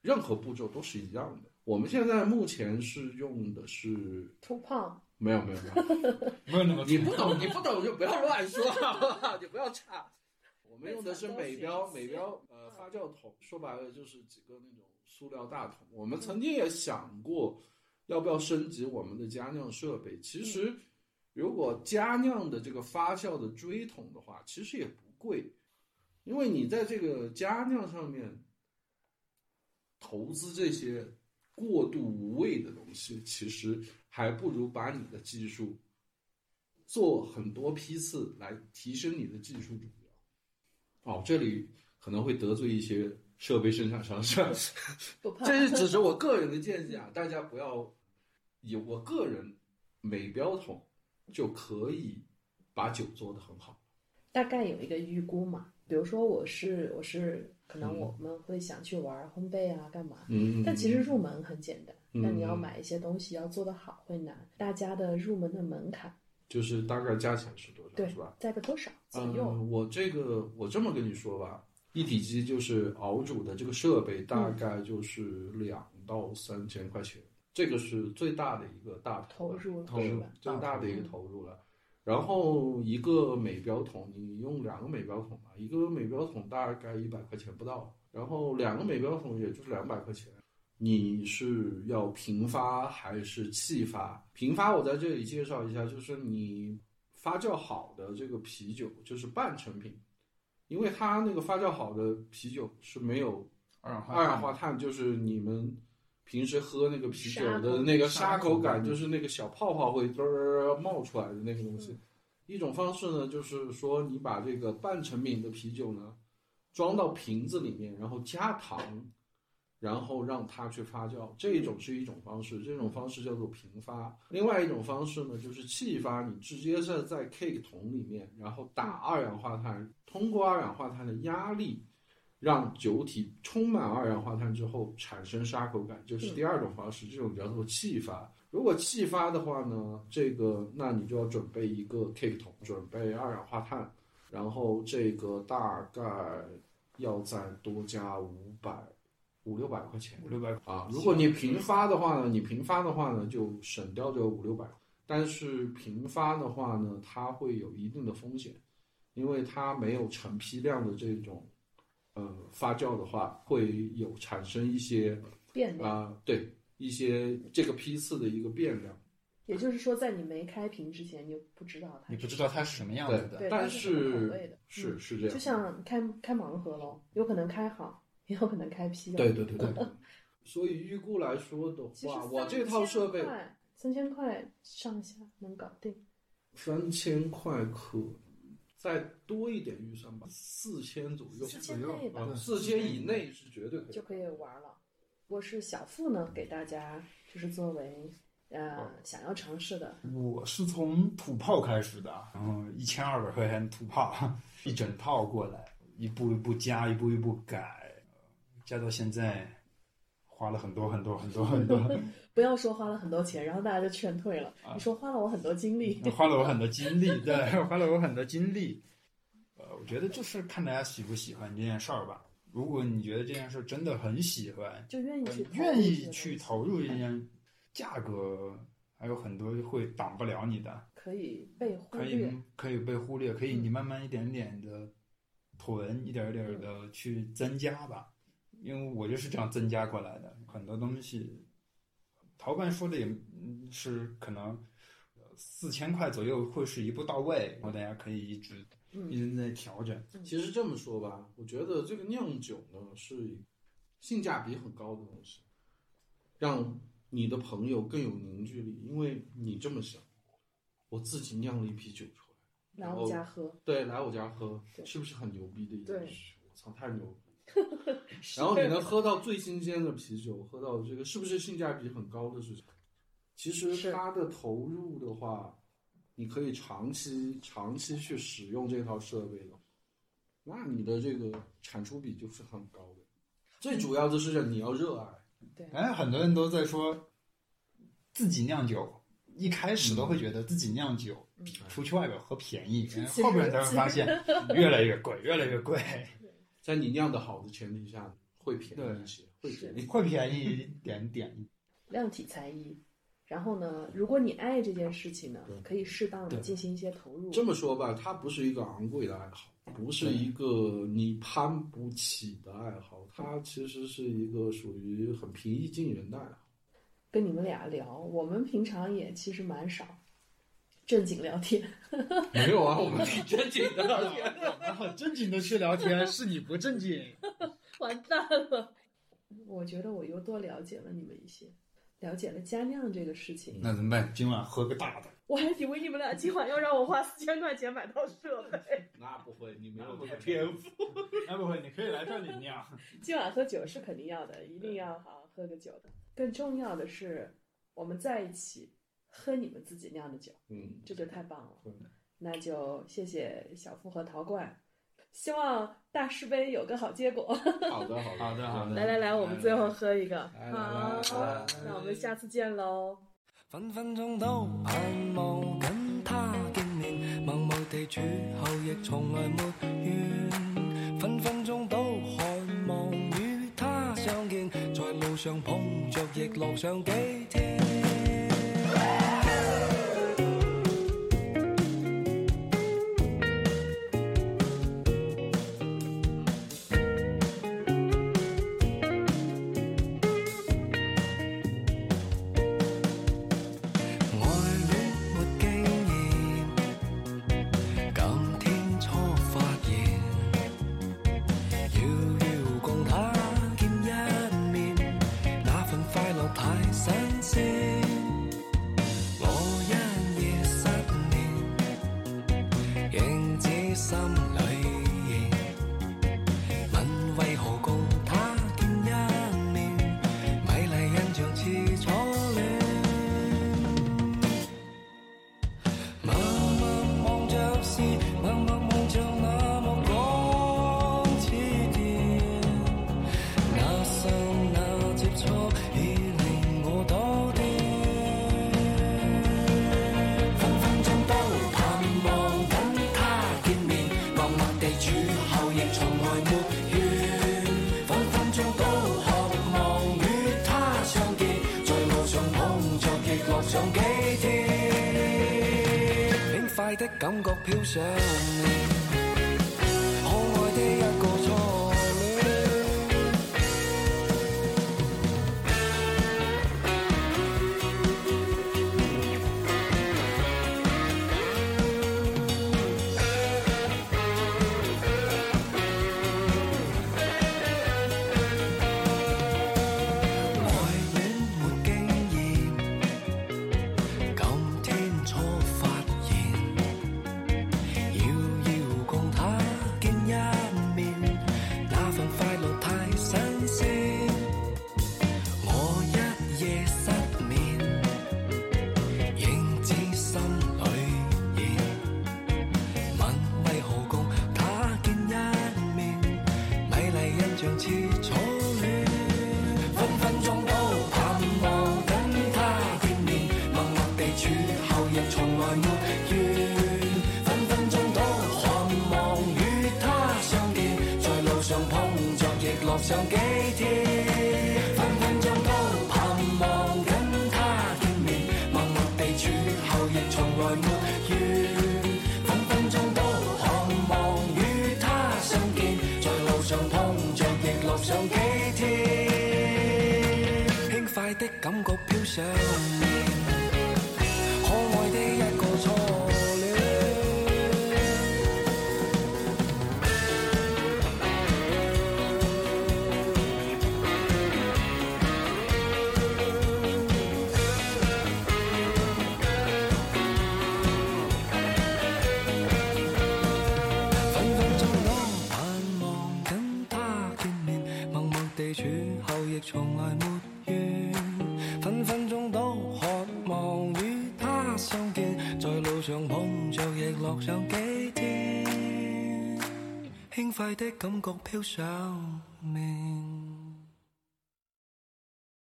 Speaker 2: 任何步骤都是一样的。我们现在目前是用的是
Speaker 1: 突胖，
Speaker 2: 没有没有没有，
Speaker 3: 没有那么
Speaker 2: 你不懂，你不懂就不要乱说，你不要插。我们用的是美标，美标呃发酵桶，说白了就是几个那种塑料大桶。我们曾经也想过，要不要升级我们的加酿设备。其实，如果加酿的这个发酵的锥桶的话，其实也不贵，因为你在这个加酿上面投资这些过度无谓的东西，其实还不如把你的技术做很多批次来提升你的技术指标。哦，这里可能会得罪一些设备生产商，
Speaker 1: (laughs)
Speaker 2: 是吧？
Speaker 1: 不胖，
Speaker 2: 这是只是我个人的建议啊，大家不要以我个人每标桶就可以把酒做得很好。
Speaker 1: 大概有一个预估嘛。比如说，我是我是可能我们会想去玩烘焙啊，干嘛？
Speaker 2: 嗯
Speaker 1: 但其实入门很简单，
Speaker 2: 嗯
Speaker 1: 但你要买一些东西要做得好会难。大家的入门的门槛，
Speaker 2: 就是大概加起来是多少，
Speaker 1: 对
Speaker 2: 是吧？，
Speaker 1: 在个多少左右？
Speaker 2: 嗯，我这个我这么跟你说吧，一体机就是熬煮的这个设备，大
Speaker 1: 嗯
Speaker 2: 概就是两到三千块钱，这个是最大的一个大
Speaker 1: 投
Speaker 2: 了
Speaker 1: 入
Speaker 2: 投
Speaker 1: 是
Speaker 2: 入
Speaker 1: 吧
Speaker 2: 最大的一个投入了。然后一个美标桶，你用两个美标桶吧，一个美标桶大概一百块钱不到，然后两个美标桶也就是两百块钱。你是要平发还是气发？平发我在这里介绍一下，就是你发酵好的这个啤酒就是半成品，因为它那个发酵好的啤酒是没有
Speaker 3: 二氧化
Speaker 2: 二氧化碳，就是你们平时喝那个啤酒的那个沙口感，就是那个小泡泡会嘚儿冒出来的那个东西。一种方式呢，就是说你把这个半成品的啤酒呢装到瓶子里面，然后加糖，然后让它去发酵，这一种是一种方式，这种方式叫做平发。另外一种方式呢，就是气发，你直接是在 cake 桶里面，然后打二氧化碳，通过二氧化碳的压力，让酒体充满二氧化碳之后产生沙口感，这是第二种方式，这种叫做气发。如果气发的话呢，这个那你就要准备一个 cake 桶，准备二氧化碳，然后这个大概要再多加五百五六百块钱。
Speaker 3: 五六百
Speaker 2: 啊，如果你平发的话呢，你平发的话呢，就省掉这五六百。但是平发的话呢，它会有一定的风险，因为它没有成批量的这种呃发酵的话，会有产生一些
Speaker 1: 变
Speaker 2: 啊、
Speaker 1: 量。
Speaker 2: 对一些这个批次的一个变量。
Speaker 1: 也就是说，在你没开瓶之前，你就不知道它
Speaker 3: 你不
Speaker 1: 是
Speaker 3: 知道它是什么样子的。
Speaker 1: 对它
Speaker 2: 但
Speaker 1: 是什么口味的嗯
Speaker 2: 是是这样，
Speaker 1: 就像开开盲盒喽，有可能开好，也有可能开批了。哦
Speaker 2: 对对对对。
Speaker 1: (laughs)
Speaker 2: 所以预估来说的
Speaker 1: 其实
Speaker 2: 话，我这套设备
Speaker 1: 三千块上下能搞定，
Speaker 2: 三千块可再多一点预算吧，四千左右，
Speaker 1: 四千内吧嗯
Speaker 2: 啊，四千以内是绝对可以
Speaker 1: 就可以玩了。我是小付呢，给大家就是作为呃
Speaker 3: 嗯
Speaker 1: 想要尝试的，
Speaker 3: 我是从土炮开始的，然后一千二百块钱土炮 (laughs) 一整套过来，一步一步加，一步一步改，加到现在花了很多很多很多很多，
Speaker 1: 不要说花了很多钱，然后大家就劝退了。
Speaker 3: 啊
Speaker 1: 你说花了我很多精力，
Speaker 3: 花了我很多精力，对，花了我很多精力。呃，我觉得就是看大家喜不喜欢这件事儿吧。如果你觉得这件事儿真的很喜欢，
Speaker 1: (laughs) 就愿意去投入
Speaker 3: 呃愿
Speaker 1: 这个
Speaker 3: 意去
Speaker 1: 东西嗯
Speaker 3: 投入这件，价格还有很多会挡不了你的。
Speaker 1: 可以被忽
Speaker 3: 可以嗯
Speaker 1: 略。
Speaker 3: 可以被忽略，可以
Speaker 1: 嗯
Speaker 3: 你慢慢一点点的囤，一点一点的去增加吧。因为我就是这样增加过来的，很多东西，陶办说的也嗯是可能四千块左右会是一步到位，然后大家可以一直一
Speaker 1: 嗯，
Speaker 3: 直在调整。
Speaker 2: 其实这么说吧，我觉得这个酿酒呢是性价比很高的东西，让你的朋友更有凝聚力，因为你这么想，我自己酿了一批酒出来，
Speaker 1: 来我们家喝，
Speaker 2: 对，来我家喝，
Speaker 1: 嗯对
Speaker 2: 是不是很牛逼的一
Speaker 1: 对
Speaker 2: 件事？我操，太牛逼！
Speaker 1: (laughs)
Speaker 2: 然后你能喝到最新鲜的啤酒，喝到这个是不是性价比很高的事情？其
Speaker 1: 是
Speaker 2: 实它的投入的话，你可以长期长期去使用这套设备的，那你的这个产出比就是很高的。最主要的是你要热爱，
Speaker 1: 对，
Speaker 3: 哎，很多人都在说自己酿酒，一开始都会觉得自己酿酒比出去外边喝便宜，然后后面才会发现越来越贵，越来越 (laughs) 贵，
Speaker 2: 在你酿的好的前提下，会便宜一些，会便宜。
Speaker 3: 会便宜一点点。
Speaker 1: 量体裁衣。然后呢，如果你爱这件事情呢，可以适当的
Speaker 3: 对
Speaker 1: 进行一些投入。
Speaker 2: 这么说吧，它不是一个昂贵的爱好，不是一个你攀不起的爱好，它其实是一个属于很平易近人的爱好。 (laughs)
Speaker 1: 跟你们俩聊，我们平常也其实蛮少正经聊天， (laughs)
Speaker 2: 没有啊，我们挺正经的。
Speaker 3: 很正经的去聊天，是你不正经。
Speaker 1: 完蛋了。我觉得我又多了解了你们一些，了解了家酿这个事情。
Speaker 3: (laughs) 那怎么办？今晚喝个大的。
Speaker 1: 我还以为你们俩今晚要让我花四千块钱买套设备，
Speaker 2: 那不会，你没
Speaker 3: 有
Speaker 2: 有这
Speaker 3: 这个
Speaker 2: 个
Speaker 3: (laughs) 天
Speaker 2: 天赋。
Speaker 3: 哎，不会，你可以来这里酿。
Speaker 1: (laughs) 今晚喝酒是肯定要的，一定要好好喝个酒的。更重要的是，我们在一起喝你们自己酿的酒。
Speaker 2: 嗯，
Speaker 1: 这就太棒了
Speaker 2: 对。
Speaker 1: 那就谢谢小付和陶罐，希望大师杯有个好结果。 (laughs)
Speaker 2: 好的，好的，
Speaker 3: 好的好的
Speaker 1: 来来来，我们最后喝一个。
Speaker 2: 嗯来来
Speaker 1: 好
Speaker 2: 来，来
Speaker 1: 那我们下次见喽。
Speaker 4: 分分鐘都盼望跟他見面，默默地處後亦從來沒怨。分分鐘都渴望與他相見，在路上碰着亦樂上幾天。愛戀沒經驗，今天初發現，遙遙共他見一面，那份快樂太新鮮。我因夜失眠，仍只心裏言，問為何共他見一面，美麗印象似初戀。默默望着是，默默望着那目光似電，那剎那接觸已令我倒跌，分分鐘都盼望等他見面，默默地處後亦從來沒怨，分分鐘都渴望與他相見，在路上碰着亦樂上幾天。輕快的感覺飄上嚟，可愛的一個初戀。上幾天，分分鐘都盼望跟他見面，默默地處後亦從來沒怨，分分鐘都渴望與他相見，在路上碰着亦樂上幾天，輕快的感覺飄上面，可愛的一個初戀。分分鐘都盼望跟他見面，默默地處後亦從來沒怨。分分鐘都渴望與他相見，在路上碰着亦樂上幾天，輕快的感覺飄上面。